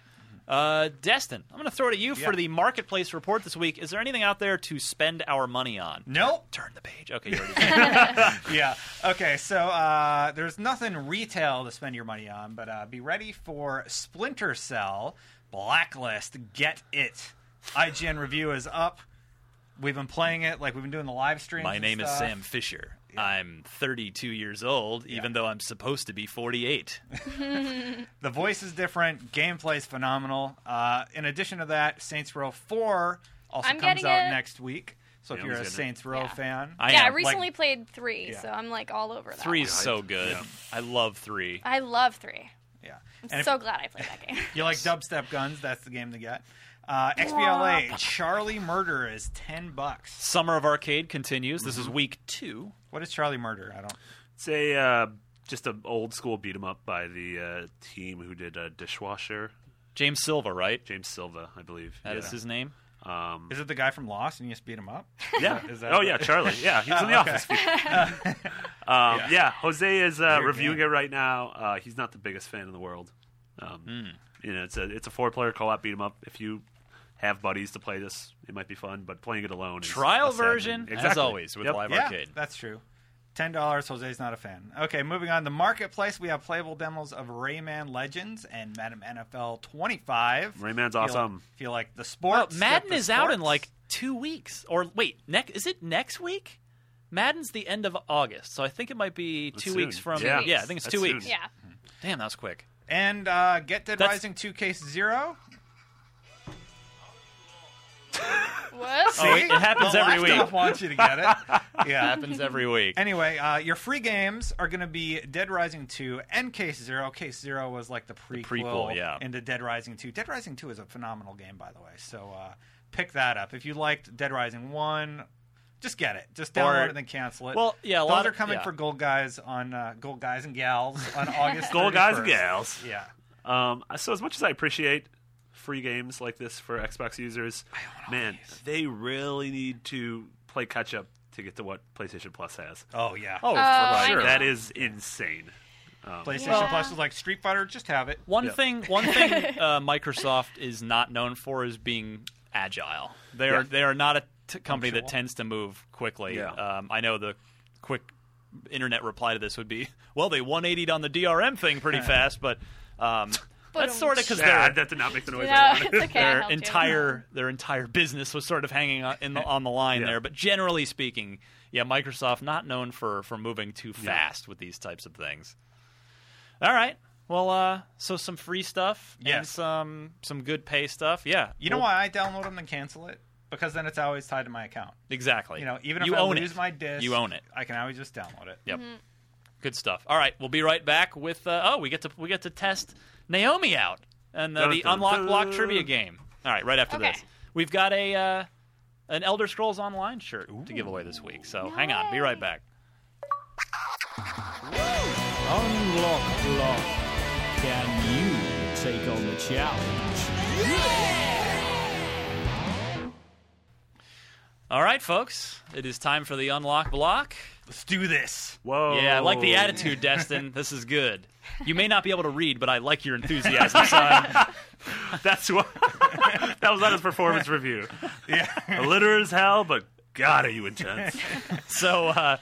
Speaker 3: Uh, Destin, I'm going to throw it at you
Speaker 6: Yeah.
Speaker 3: for the marketplace report this week. Is there anything out there to spend our money on?
Speaker 6: Nope.
Speaker 3: Turn the page. Okay, you already did.
Speaker 6: yeah. Okay. So uh, there's nothing retail to spend your money on, but uh, be ready for Splinter Cell Blacklist. Get it. IGN review is up. We've been playing it like we've been doing the live streams.
Speaker 3: My
Speaker 6: and
Speaker 3: name is
Speaker 6: stuff.
Speaker 3: Sam Fisher. I'm 32 years old, even though I'm supposed to be 48.
Speaker 6: The voice is different. Gameplay is phenomenal. Uh, in addition to that, Saints Row Four also
Speaker 5: I'm
Speaker 6: comes
Speaker 5: getting
Speaker 6: out
Speaker 5: it.
Speaker 6: next week. So if
Speaker 4: Yeah,
Speaker 6: you're
Speaker 4: I'm
Speaker 6: a
Speaker 4: getting it.
Speaker 6: Saints Row
Speaker 5: Yeah.
Speaker 6: fan,
Speaker 3: I
Speaker 5: yeah, I
Speaker 3: am.
Speaker 5: recently
Speaker 6: like-
Speaker 5: played three,
Speaker 6: Yeah.
Speaker 5: so I'm like all over that.
Speaker 3: Three
Speaker 5: one.
Speaker 3: is so good.
Speaker 4: Yeah.
Speaker 3: I love three.
Speaker 5: I love three.
Speaker 6: yeah.
Speaker 5: I'm
Speaker 6: And if-
Speaker 5: so glad I played that game.
Speaker 6: You like dubstep guns? That's the game to get. Uh, XBLA Charlie Murder is ten bucks.
Speaker 3: Summer of Arcade continues. This is week two.
Speaker 6: What is Charlie Murder? I don't.
Speaker 4: It's a uh, just an old school beat 'em up by the uh, team who did uh, Dishwasher,
Speaker 3: James Silva, right?
Speaker 4: James Silva, I believe.
Speaker 3: That is
Speaker 4: yeah.
Speaker 3: his name.
Speaker 4: Um,
Speaker 6: Is it the guy from Lost and you just beat him up?
Speaker 4: yeah.
Speaker 6: is that-
Speaker 4: oh yeah, Charlie. Yeah, he was
Speaker 3: Oh,
Speaker 4: in the
Speaker 6: Okay.
Speaker 4: office. Um, yeah. Jose is uh,
Speaker 6: Weird
Speaker 4: reviewing
Speaker 6: game.
Speaker 4: it right now. Uh, he's not the biggest fan in the world. Um,
Speaker 3: Hmm.
Speaker 4: You know, it's a it's a four player co op beat 'em up. If you have buddies to play this, it might be fun. But playing it alone, is
Speaker 3: Trial
Speaker 4: a sad
Speaker 3: version,
Speaker 4: thing.
Speaker 3: as
Speaker 4: Exactly.
Speaker 3: always, with
Speaker 4: Yep.
Speaker 3: Live
Speaker 6: yeah,
Speaker 3: Arcade.
Speaker 6: that's true. Ten dollars. Jose's not a fan. Okay, moving on. The marketplace. We have playable demos of Rayman Legends and Madden NFL 25.
Speaker 4: Rayman's
Speaker 6: Feel-
Speaker 4: awesome.
Speaker 6: Feel like the
Speaker 3: Well,
Speaker 6: sports.
Speaker 3: Madden
Speaker 6: get the
Speaker 3: is out in
Speaker 6: sports.
Speaker 3: like two weeks. Or wait, next is it next week? Madden's the end of August, so I think it might be two
Speaker 4: soon.
Speaker 3: weeks from.
Speaker 4: Yeah.
Speaker 3: yeah, I think it's
Speaker 4: That's
Speaker 3: two
Speaker 4: soon.
Speaker 3: weeks.
Speaker 5: yeah.
Speaker 3: Damn, that was quick.
Speaker 6: And uh, Get Dead
Speaker 3: That's-
Speaker 6: Rising 2 Case Zero.
Speaker 5: What?
Speaker 3: Oh, it- it happens
Speaker 6: the
Speaker 3: every
Speaker 6: laptop
Speaker 3: week.
Speaker 6: wants you to get it. Yeah.
Speaker 3: Happens every week.
Speaker 6: Anyway, uh, your free games are going to be Dead Rising 2 and Case Zero. Case Zero was like the prequel,
Speaker 3: prequel, yeah.
Speaker 6: into Dead Rising 2. Dead Rising 2 is a phenomenal game, by the way. So uh, pick that up. If you liked Dead Rising 1, just get it. Just download
Speaker 3: Or-
Speaker 6: it and then cancel it.
Speaker 3: Well, yeah, a
Speaker 6: Those
Speaker 3: lot
Speaker 6: are
Speaker 3: of-
Speaker 6: coming
Speaker 3: yeah.
Speaker 6: for Gold Guys on uh, Gold Guys and Gals on August.
Speaker 4: Gold guys and
Speaker 6: 31st.
Speaker 4: gals.
Speaker 6: Yeah.
Speaker 4: Um, so as much as I appreciate free games like this for Xbox users, man, they really need to play catch up to get to what PlayStation Plus has.
Speaker 6: Oh yeah.
Speaker 3: Oh,
Speaker 5: I
Speaker 3: sure.
Speaker 5: know.
Speaker 4: That is insane.
Speaker 6: PlayStation
Speaker 5: Well-
Speaker 6: Plus is like Street Fighter. Just have it.
Speaker 3: One
Speaker 4: Yeah.
Speaker 3: thing, one thing uh, Microsoft is not known for is being agile. They are
Speaker 4: Yeah.
Speaker 3: they are not a t- company that
Speaker 6: Punctual.
Speaker 3: tends to move quickly.
Speaker 4: Yeah.
Speaker 3: Um, I know the quick internet reply to this would be, well, they 180'd on the DRM thing pretty fast, but um, that's sort of because
Speaker 4: Yeah,
Speaker 3: their
Speaker 4: that did not make the noise. I
Speaker 5: No,
Speaker 4: wanted.
Speaker 5: it's okay. I
Speaker 3: their
Speaker 5: helped you.
Speaker 3: entire their entire business was sort of hanging on, in the, on the line
Speaker 4: Yeah.
Speaker 3: there. But generally speaking, yeah, Microsoft not known for for moving too fast with these types of things. All right. Well, uh, so some free stuff and
Speaker 6: Yes.
Speaker 3: some some good pay stuff. Yeah,
Speaker 6: You know
Speaker 3: Well,
Speaker 6: why I download them and cancel it? Because then it's always tied to my account.
Speaker 3: Exactly.
Speaker 6: You know, even if
Speaker 3: you
Speaker 6: I
Speaker 3: own
Speaker 6: lose
Speaker 3: it.
Speaker 6: my disc,
Speaker 3: you own it.
Speaker 6: I can always just download it.
Speaker 3: Yep. Good stuff. All right, we'll be right back with uh, oh, we get to we get to test Naomi out and uh, the
Speaker 4: Dun, dun,
Speaker 3: unlock block
Speaker 4: dun.
Speaker 3: trivia game. All right, right after
Speaker 5: Okay.
Speaker 3: this, we've got a uh, an Elder Scrolls Online shirt to give away this week. So hang on, be right back.
Speaker 7: Unlock block. Can you take on the challenge?
Speaker 3: All right, folks, it is time for the unlock block.
Speaker 6: Let's do this.
Speaker 4: Whoa.
Speaker 3: Yeah, I like
Speaker 4: Oh.
Speaker 3: the attitude, Destin. This is good. You may not be able to read, but I like your enthusiasm, son.
Speaker 4: That's what. that was not his performance review.
Speaker 6: Yeah.
Speaker 4: Litter as hell, but God, are you intense?
Speaker 3: So uh,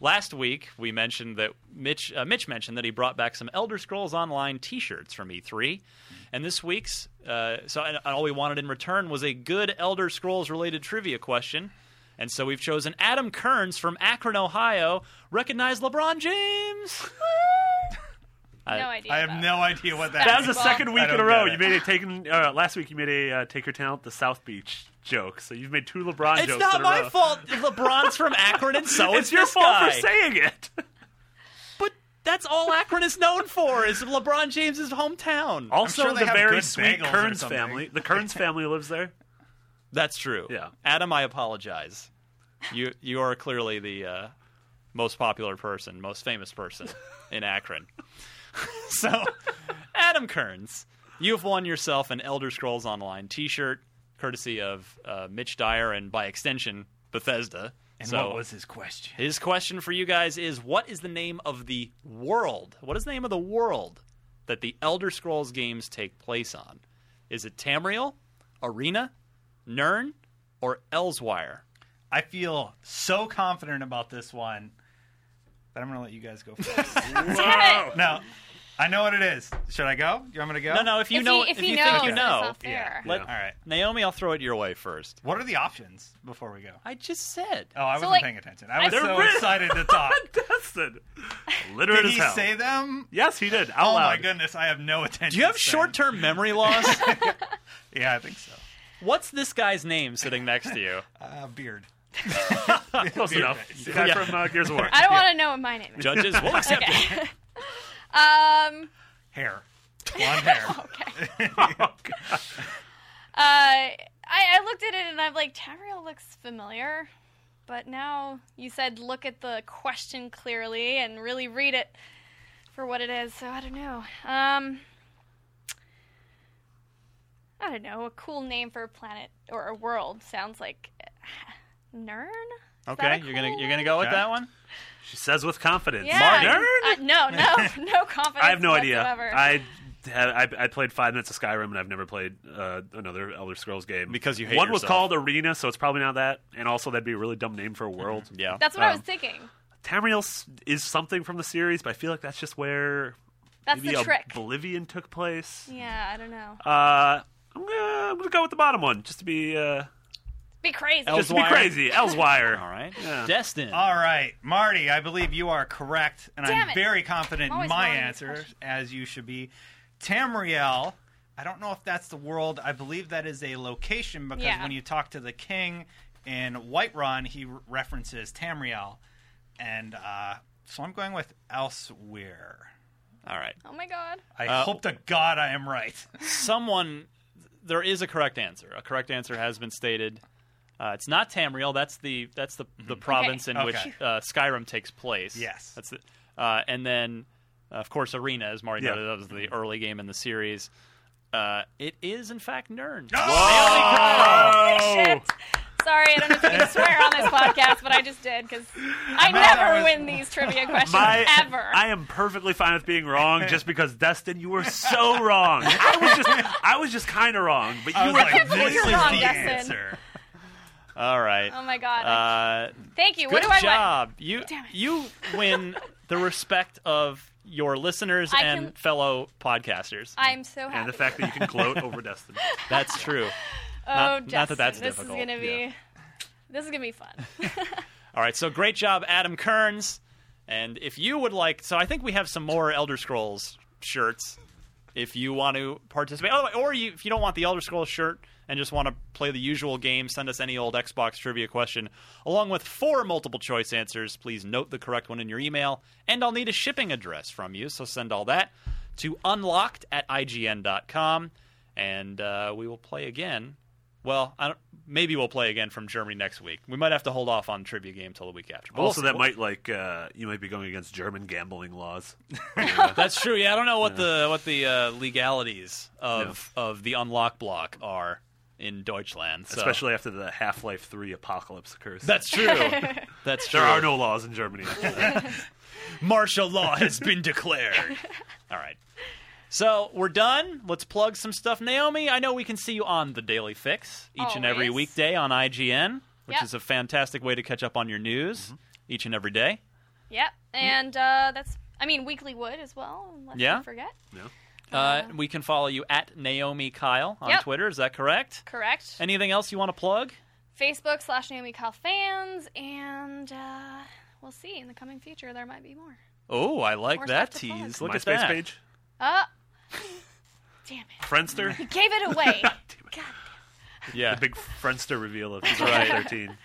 Speaker 3: last week we mentioned that Mitch uh, Mitch mentioned that he brought back some Elder Scrolls Online T-shirts from E3, and this week's uh, so and all we wanted in return was a good Elder Scrolls related trivia question. And so we've chosen Adam Kearns from Akron, Ohio. Recognize LeBron James. uh, I-
Speaker 5: no idea.
Speaker 6: I have
Speaker 5: about
Speaker 6: no idea what that
Speaker 4: That
Speaker 6: is.
Speaker 4: was the
Speaker 5: Well,
Speaker 4: second week
Speaker 6: I
Speaker 4: in a
Speaker 6: don't
Speaker 4: row.
Speaker 6: get
Speaker 4: You
Speaker 6: it.
Speaker 4: made a taken uh, last week. You made a uh, take your talent the South Beach joke. So you've made two LeBron
Speaker 3: It's
Speaker 4: jokes.
Speaker 3: not
Speaker 4: in a
Speaker 3: my
Speaker 4: row.
Speaker 3: fault. LeBron's from Akron, and so
Speaker 4: It's,
Speaker 3: is
Speaker 4: your
Speaker 3: this
Speaker 4: fault
Speaker 3: guy.
Speaker 4: for saying it.
Speaker 3: But that's all Akron is known for is LeBron James's hometown.
Speaker 4: Also,
Speaker 6: sure they
Speaker 4: the
Speaker 6: have
Speaker 4: very
Speaker 6: good
Speaker 4: sweet
Speaker 6: bagels or
Speaker 4: Kearns
Speaker 6: something.
Speaker 4: family. The Kearns family lives there.
Speaker 3: That's true.
Speaker 4: Yeah.
Speaker 3: Adam, I apologize. You you are clearly the uh, most popular person, most famous person in Akron. so, Adam Kearns, you've won yourself an Elder Scrolls Online T-shirt, courtesy of uh, Mitch Dyer and by extension Bethesda.
Speaker 6: And
Speaker 3: so
Speaker 6: what was his question?
Speaker 3: his question for you guys is: What is the name of the world? What is the name of the world that the Elder Scrolls games take place on? Is it Tamriel, Arena, Nern, or Elsewire?
Speaker 6: I feel so confident about this one that I'm going to let you guys go first.
Speaker 5: it. Damn it.
Speaker 6: no, I know what it is. Should I go? You want me to go?
Speaker 3: No, no. If you
Speaker 5: if
Speaker 3: know,
Speaker 5: he, if he
Speaker 3: you
Speaker 5: knows,
Speaker 3: think you
Speaker 5: it's
Speaker 3: know,
Speaker 5: not fair.
Speaker 6: All
Speaker 3: let
Speaker 6: right.
Speaker 3: Naomi. I'll throw it your way first.
Speaker 6: What are the options before we go?
Speaker 3: I just said.
Speaker 6: Oh, I wasn't
Speaker 5: like,
Speaker 6: paying attention. I was
Speaker 5: I-
Speaker 6: so
Speaker 4: They're-
Speaker 6: excited to talk.
Speaker 4: Destin, literate
Speaker 6: Did
Speaker 4: as
Speaker 6: he
Speaker 4: hell.
Speaker 6: say them?
Speaker 4: yes, he did. Out
Speaker 6: Oh
Speaker 4: loud.
Speaker 6: my goodness, I have no attention.
Speaker 3: Do you have
Speaker 6: span.
Speaker 3: short-term memory loss?
Speaker 6: Yeah, I think so.
Speaker 3: What's this guy's name sitting next to you?
Speaker 6: Uh, beard.
Speaker 4: Close enough. The guy
Speaker 3: Yeah.
Speaker 4: from uh, Gears of War.
Speaker 5: I don't want to know what my name is.
Speaker 3: Judges will accept it.
Speaker 5: Okay. um.
Speaker 6: Hair. Blonde hair.
Speaker 5: Uh. I I looked at it and I'm like, Tamriel looks familiar, but now you said look at the question clearly and really read it for what it is. So I don't know. Um. I don't know. A cool name for a planet or a world sounds like Nern. Is that
Speaker 3: Okay,
Speaker 5: a
Speaker 3: you're gonna
Speaker 5: cool
Speaker 3: you're gonna go with
Speaker 6: Okay.
Speaker 3: that one.
Speaker 4: She says with confidence.
Speaker 5: Yeah.
Speaker 4: Martin.
Speaker 5: Uh, no, no, no confidence.
Speaker 4: I have no idea.
Speaker 5: whatsoever.
Speaker 4: I had I, I played five minutes of Skyrim and I've never played uh, another Elder Scrolls game
Speaker 3: Because you hate
Speaker 4: one was
Speaker 3: yourself.
Speaker 4: called Arena, so it's probably not that. And also, that'd be a really dumb name for a world.
Speaker 3: Mm-hmm. Yeah.
Speaker 5: That's what I was
Speaker 4: um,
Speaker 5: thinking.
Speaker 4: Tamriel s- is something from the series, but I feel like that's just where
Speaker 5: That's
Speaker 4: maybe
Speaker 5: the trick. Mm.
Speaker 4: Oblivion took place.
Speaker 5: yeah, I don't know.
Speaker 4: Uh, I'm gonna, I'm gonna go with the bottom one, just to be uh,
Speaker 5: Be crazy.
Speaker 3: Elf-
Speaker 4: just to be
Speaker 3: Elsewire.
Speaker 4: crazy. Elsewire.
Speaker 3: all right.
Speaker 4: Yeah.
Speaker 3: Destin.
Speaker 6: All right, Marty, I believe you are correct, and
Speaker 5: Damn
Speaker 6: I'm
Speaker 5: it.
Speaker 6: very confident
Speaker 5: I'm always
Speaker 6: in my
Speaker 5: wrong on these
Speaker 6: answer,
Speaker 5: questions.
Speaker 6: as you should be. Tamriel, I don't know if that's the world. I believe that is a location because
Speaker 5: Yeah.
Speaker 6: when you talk to the king in Whiterun, he re- references Tamriel. And uh, so I'm going with Elsewhere.
Speaker 3: all right.
Speaker 5: oh my god.
Speaker 6: I
Speaker 3: Uh,
Speaker 6: hope to God I am right.
Speaker 3: someone there is a correct answer. A correct answer has been stated. Uh, it's not Tamriel. That's the that's the, the province in
Speaker 6: Mm-hmm. Okay.
Speaker 3: which uh, Skyrim takes place.
Speaker 6: Yes.
Speaker 3: that's the, uh, and then uh, of course Arena, as Mario
Speaker 4: Yeah.
Speaker 3: noted, that was
Speaker 6: Mm-hmm.
Speaker 3: the early game in the series. Uh, it is in fact Nern.
Speaker 6: Ah!
Speaker 4: Oh!
Speaker 3: Oh.
Speaker 5: Shit. Sorry, I don't know if you can swear on this podcast, but I just did because I
Speaker 6: that
Speaker 5: never
Speaker 6: was-
Speaker 5: win these trivia questions
Speaker 4: My,
Speaker 5: ever.
Speaker 4: I am perfectly fine with being wrong, just because Destin, you were so wrong. I was just, I was just kind of wrong, but you
Speaker 6: I was
Speaker 4: were
Speaker 6: like,
Speaker 5: believe
Speaker 6: this
Speaker 5: you're
Speaker 6: is
Speaker 5: wrong,
Speaker 6: the
Speaker 5: Dustin.
Speaker 6: answer.
Speaker 3: All right.
Speaker 5: oh my god.
Speaker 3: Uh,
Speaker 5: Thank you.
Speaker 3: good
Speaker 5: What do I win?
Speaker 3: job. You
Speaker 5: Damn it.
Speaker 3: you win the respect of your listeners
Speaker 5: I
Speaker 3: and
Speaker 5: can-
Speaker 3: fellow podcasters.
Speaker 5: I'm so happy.
Speaker 4: and the fact that you can gloat over Destin.
Speaker 3: That's true.
Speaker 5: oh,
Speaker 3: not- not
Speaker 5: Justin,
Speaker 3: that that's
Speaker 5: this
Speaker 3: difficult.
Speaker 5: is gonna be. This is gonna be fun.
Speaker 3: All right, so great job, Adam Kearns. And if you would like, so I think we have some more Elder Scrolls shirts. If you want to participate, oh, or you, if you don't want the Elder Scrolls shirt and just want to play the usual game, send us any old Xbox trivia question along with four multiple choice answers. Please note the correct one in your email, and I'll need a shipping address from you. So send all that to unlocked at ign.com, and uh, we will play again Well, I don't, maybe we'll play again from Germany next week. We might have to hold off on trivia game till the week after. But we'll-
Speaker 4: also, that
Speaker 3: we'll-
Speaker 4: might like uh, you might be going against German gambling laws.
Speaker 3: That's true. Yeah, I don't know what the what the uh, legalities of of the unlock block are in Deutschland. so-
Speaker 4: Especially after the Half Life Three apocalypse occurs.
Speaker 3: that's true. That's true.
Speaker 4: there are no laws in Germany.
Speaker 3: martial law has been declared. All right. So we're done. Let's plug some stuff. Naomi, I know we can see you on the Daily Fix each and every
Speaker 5: Always.
Speaker 3: weekday on IGN, which
Speaker 5: Yep.
Speaker 3: is a fantastic way to catch up on your
Speaker 4: Mm-hmm.
Speaker 3: news each and every day.
Speaker 5: Yep. And uh, that's, I mean, Weekly Wood as well. Let's
Speaker 3: Yeah.
Speaker 5: not forget.
Speaker 3: Uh, we can follow you at Naomi Kyle on
Speaker 5: Yep.
Speaker 3: Twitter. Is that correct?
Speaker 5: Correct.
Speaker 3: Anything else you want to plug?
Speaker 5: Facebook slash Naomi Kyle fans, and uh, we'll see in the coming future. There might be more.
Speaker 3: Oh, I like
Speaker 5: More
Speaker 3: that
Speaker 5: stuff to plug.
Speaker 3: tease. Look
Speaker 4: My
Speaker 3: at
Speaker 4: space
Speaker 3: that.
Speaker 4: page,
Speaker 5: Uh, damn it.
Speaker 4: Friendster,
Speaker 5: Gave it away. God.
Speaker 3: Yeah.
Speaker 4: big Friendster reveal of 2013.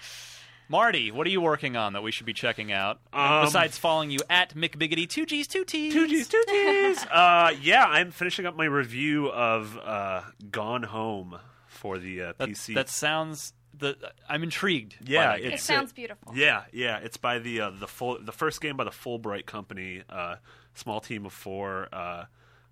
Speaker 3: Marty, what are you working on that we should be checking out?
Speaker 4: Um,
Speaker 3: Besides following you at McBiggity, two G's, two T's.
Speaker 4: Two G's, two G's. Uh, yeah, I'm finishing up my review of uh, Gone Home for the uh,
Speaker 3: That,
Speaker 4: PC.
Speaker 3: that sounds. The I'm intrigued. by
Speaker 4: Yeah,
Speaker 3: that game.
Speaker 5: It
Speaker 4: It's a-
Speaker 5: sounds beautiful.
Speaker 4: Yeah, yeah. It's by the uh, the full the first game by the Fulbright Company, uh, small team of four, uh,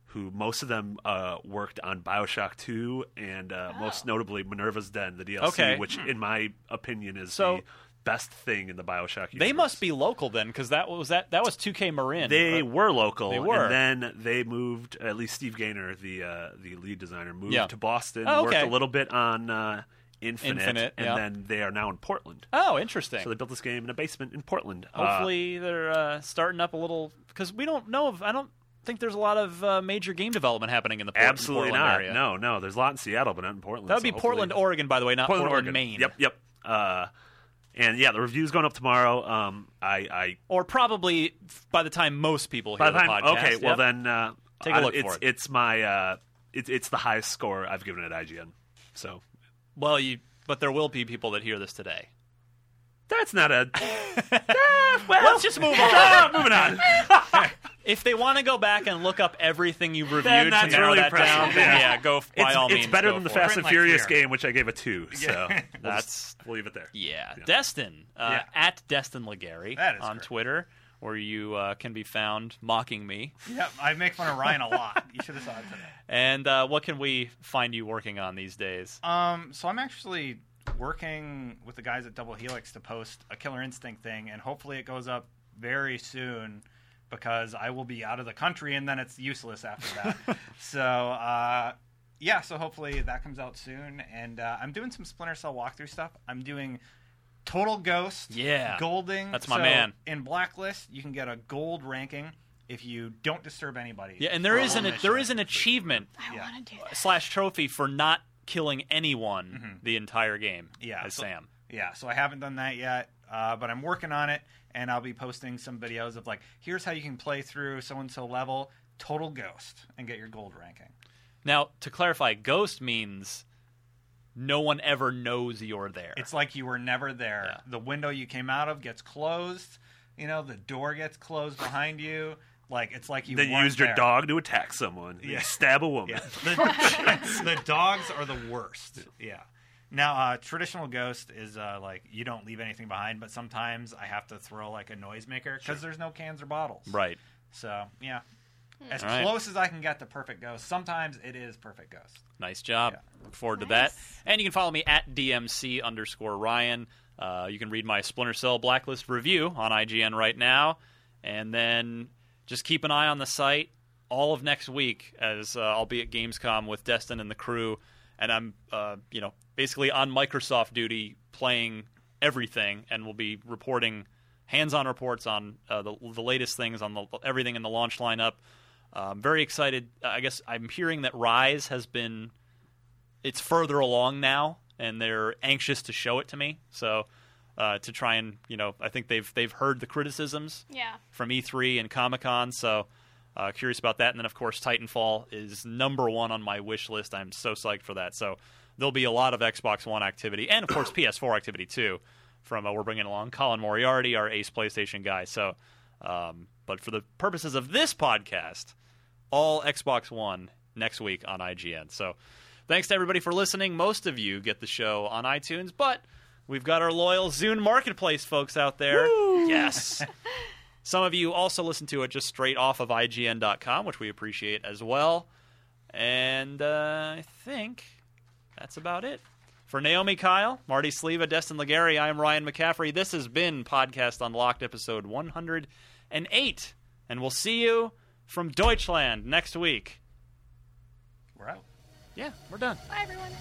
Speaker 4: who most of them uh, worked on Bioshock Two and uh,
Speaker 5: Oh.
Speaker 4: most notably Minerva's Den, the DLC,
Speaker 3: Okay.
Speaker 4: which
Speaker 5: Hmm.
Speaker 4: in my opinion is
Speaker 3: So-
Speaker 4: the best thing in the Bioshock. Universe.
Speaker 3: they must be local then, because that was that that was 2K Marin.
Speaker 4: They
Speaker 3: Uh,
Speaker 4: were local,
Speaker 3: They were.
Speaker 4: and then they moved. At least Steve Gaynor, the uh, the lead designer, moved
Speaker 3: Yeah.
Speaker 4: to Boston.
Speaker 3: Oh, okay.
Speaker 4: Worked a little bit on uh, Infinite,
Speaker 3: Infinite,
Speaker 4: and
Speaker 3: yeah.
Speaker 4: then they are now in Portland.
Speaker 3: oh, interesting.
Speaker 4: So they built this game in a basement in Portland. Uh,
Speaker 3: Hopefully they're uh, starting up a little because we don't know of. I don't think there's a lot of uh, major game development happening in the Port-
Speaker 4: Absolutely
Speaker 3: Portland
Speaker 4: not.
Speaker 3: area.
Speaker 4: No, no. There's a lot in Seattle, but not in Portland.
Speaker 3: that would
Speaker 4: so
Speaker 3: be
Speaker 4: hopefully-
Speaker 3: Portland, Oregon, by the way, not Portland,
Speaker 4: Oregon.
Speaker 3: Maine.
Speaker 4: Yep, yep. Uh, and yeah, the review's going up tomorrow. Um, I, I
Speaker 3: Or probably f- by the time most people hear
Speaker 4: by the time.
Speaker 3: podcast.
Speaker 4: okay,
Speaker 3: yep.
Speaker 4: well then, uh,
Speaker 3: Take a
Speaker 4: I-
Speaker 3: look
Speaker 4: it's,
Speaker 3: for it.
Speaker 4: It's my, uh, it's it's the highest score I've given at IGN. So
Speaker 3: Well, you but there will be people that hear this today.
Speaker 4: that's not a.
Speaker 3: Let's just move on.
Speaker 4: Ah, moving on.
Speaker 3: if they want to go back and look up everything you've reviewed
Speaker 4: Then
Speaker 3: to
Speaker 4: that's
Speaker 3: narrow
Speaker 4: really
Speaker 3: that down,
Speaker 4: impressive.
Speaker 3: then
Speaker 4: Yeah.
Speaker 3: yeah, go f- by
Speaker 4: it's
Speaker 3: all
Speaker 4: it's
Speaker 3: means.
Speaker 4: better
Speaker 3: go
Speaker 4: than the
Speaker 3: for it.
Speaker 4: Fast and
Speaker 6: Like
Speaker 4: Furious
Speaker 6: fear.
Speaker 4: game, which I gave a two. So we'll just-
Speaker 3: That's
Speaker 4: we'll leave it there.
Speaker 3: Yeah.
Speaker 4: Yeah.
Speaker 3: Destin, uh,
Speaker 6: Yeah.
Speaker 3: at Destin Legary
Speaker 6: That is
Speaker 3: on
Speaker 6: correct.
Speaker 3: Twitter, where you uh, can be found mocking me.
Speaker 6: Yeah, I make fun of Ryan a lot. You should have saw it today.
Speaker 3: And uh, what can we find you working on these days?
Speaker 6: Um, so I'm actually working with the guys at Double Helix to post a Killer Instinct thing, and hopefully it goes up very soon because I will be out of the country, and then it's useless after that. so uh, yeah, so hopefully that comes out soon, and uh, I'm doing some Splinter Cell walkthrough stuff. I'm doing. Total Ghost,
Speaker 3: Yeah.
Speaker 6: Golding.
Speaker 3: That's my
Speaker 6: So
Speaker 3: man.
Speaker 6: In Blacklist, you can get a gold ranking if you don't disturb anybody.
Speaker 3: Yeah, and there is an there is an achievement
Speaker 5: I
Speaker 6: Yeah.
Speaker 5: want to do that.
Speaker 3: slash trophy for not killing anyone the entire game.
Speaker 6: Mm-hmm. Yeah,
Speaker 3: as
Speaker 6: so-
Speaker 3: Sam.
Speaker 6: Yeah, so I haven't done that yet, uh, but I'm working on it, and I'll be posting some videos of like, here's how you can play through so and so level, total ghost, and get your gold ranking.
Speaker 3: Now, to clarify, ghost means no one ever knows you're there.
Speaker 6: It's like you were never there.
Speaker 3: Yeah.
Speaker 6: The window you came out of gets closed. You know, the door gets closed behind you. Like it's like you
Speaker 4: Then you
Speaker 6: weren't
Speaker 4: used your
Speaker 6: there.
Speaker 4: dog to attack someone. Then
Speaker 6: Yeah.
Speaker 4: You stab a woman.
Speaker 6: Yeah, the, the dogs are the worst. Yeah. Now, uh, traditional ghost is uh, like you don't leave anything behind, but sometimes I have to throw like a noisemaker because there's no cans or bottles.
Speaker 3: right.
Speaker 6: So yeah, as
Speaker 3: All right.
Speaker 6: close as I can get to perfect ghost. Sometimes it is perfect ghost.
Speaker 3: Nice job. Look forward to that. And you can follow me at DMC underscore Ryan. Uh, you can read my Splinter Cell Blacklist review on IGN right now. And then just keep an eye on the site all of next week as uh, I'll be at Gamescom with Destin and the crew. And I'm, uh, you know, basically on Microsoft duty playing everything and we'll be reporting hands-on reports on uh, the, the latest things on the, everything in the launch lineup. Uh, I'm very excited. Uh, I guess I'm hearing that Rise has been it's further along now, and they're anxious to show it to me. So uh, to try and you know, I think they've they've heard the criticisms
Speaker 5: Yeah.
Speaker 3: from E3 and Comic Con. So uh, curious about that. And then of course Titanfall is number one on my wish list. I'm so psyched for that. So there'll be a lot of Xbox One activity and of course PS4 activity too. From uh, we're bringing along Colin Moriarty, our ace PlayStation guy. So, um, but for the purposes of this podcast, all Xbox One next week on IGN. So Thanks to everybody for listening. Most of you get the show on iTunes, but we've got our loyal Zune Marketplace folks out there. Yes. Some of you also listen to it just straight off of IGN.com, which we appreciate as well. And uh, I think that's about it. For Naomi Kyle, Marty Sleva, Destin Legary, I am Ryan McCaffrey. This has been Podcast Unlocked, episode 108. And we'll see you from Deutschland next week.
Speaker 6: We're out.
Speaker 3: Yeah, we're done.
Speaker 5: Bye, everyone.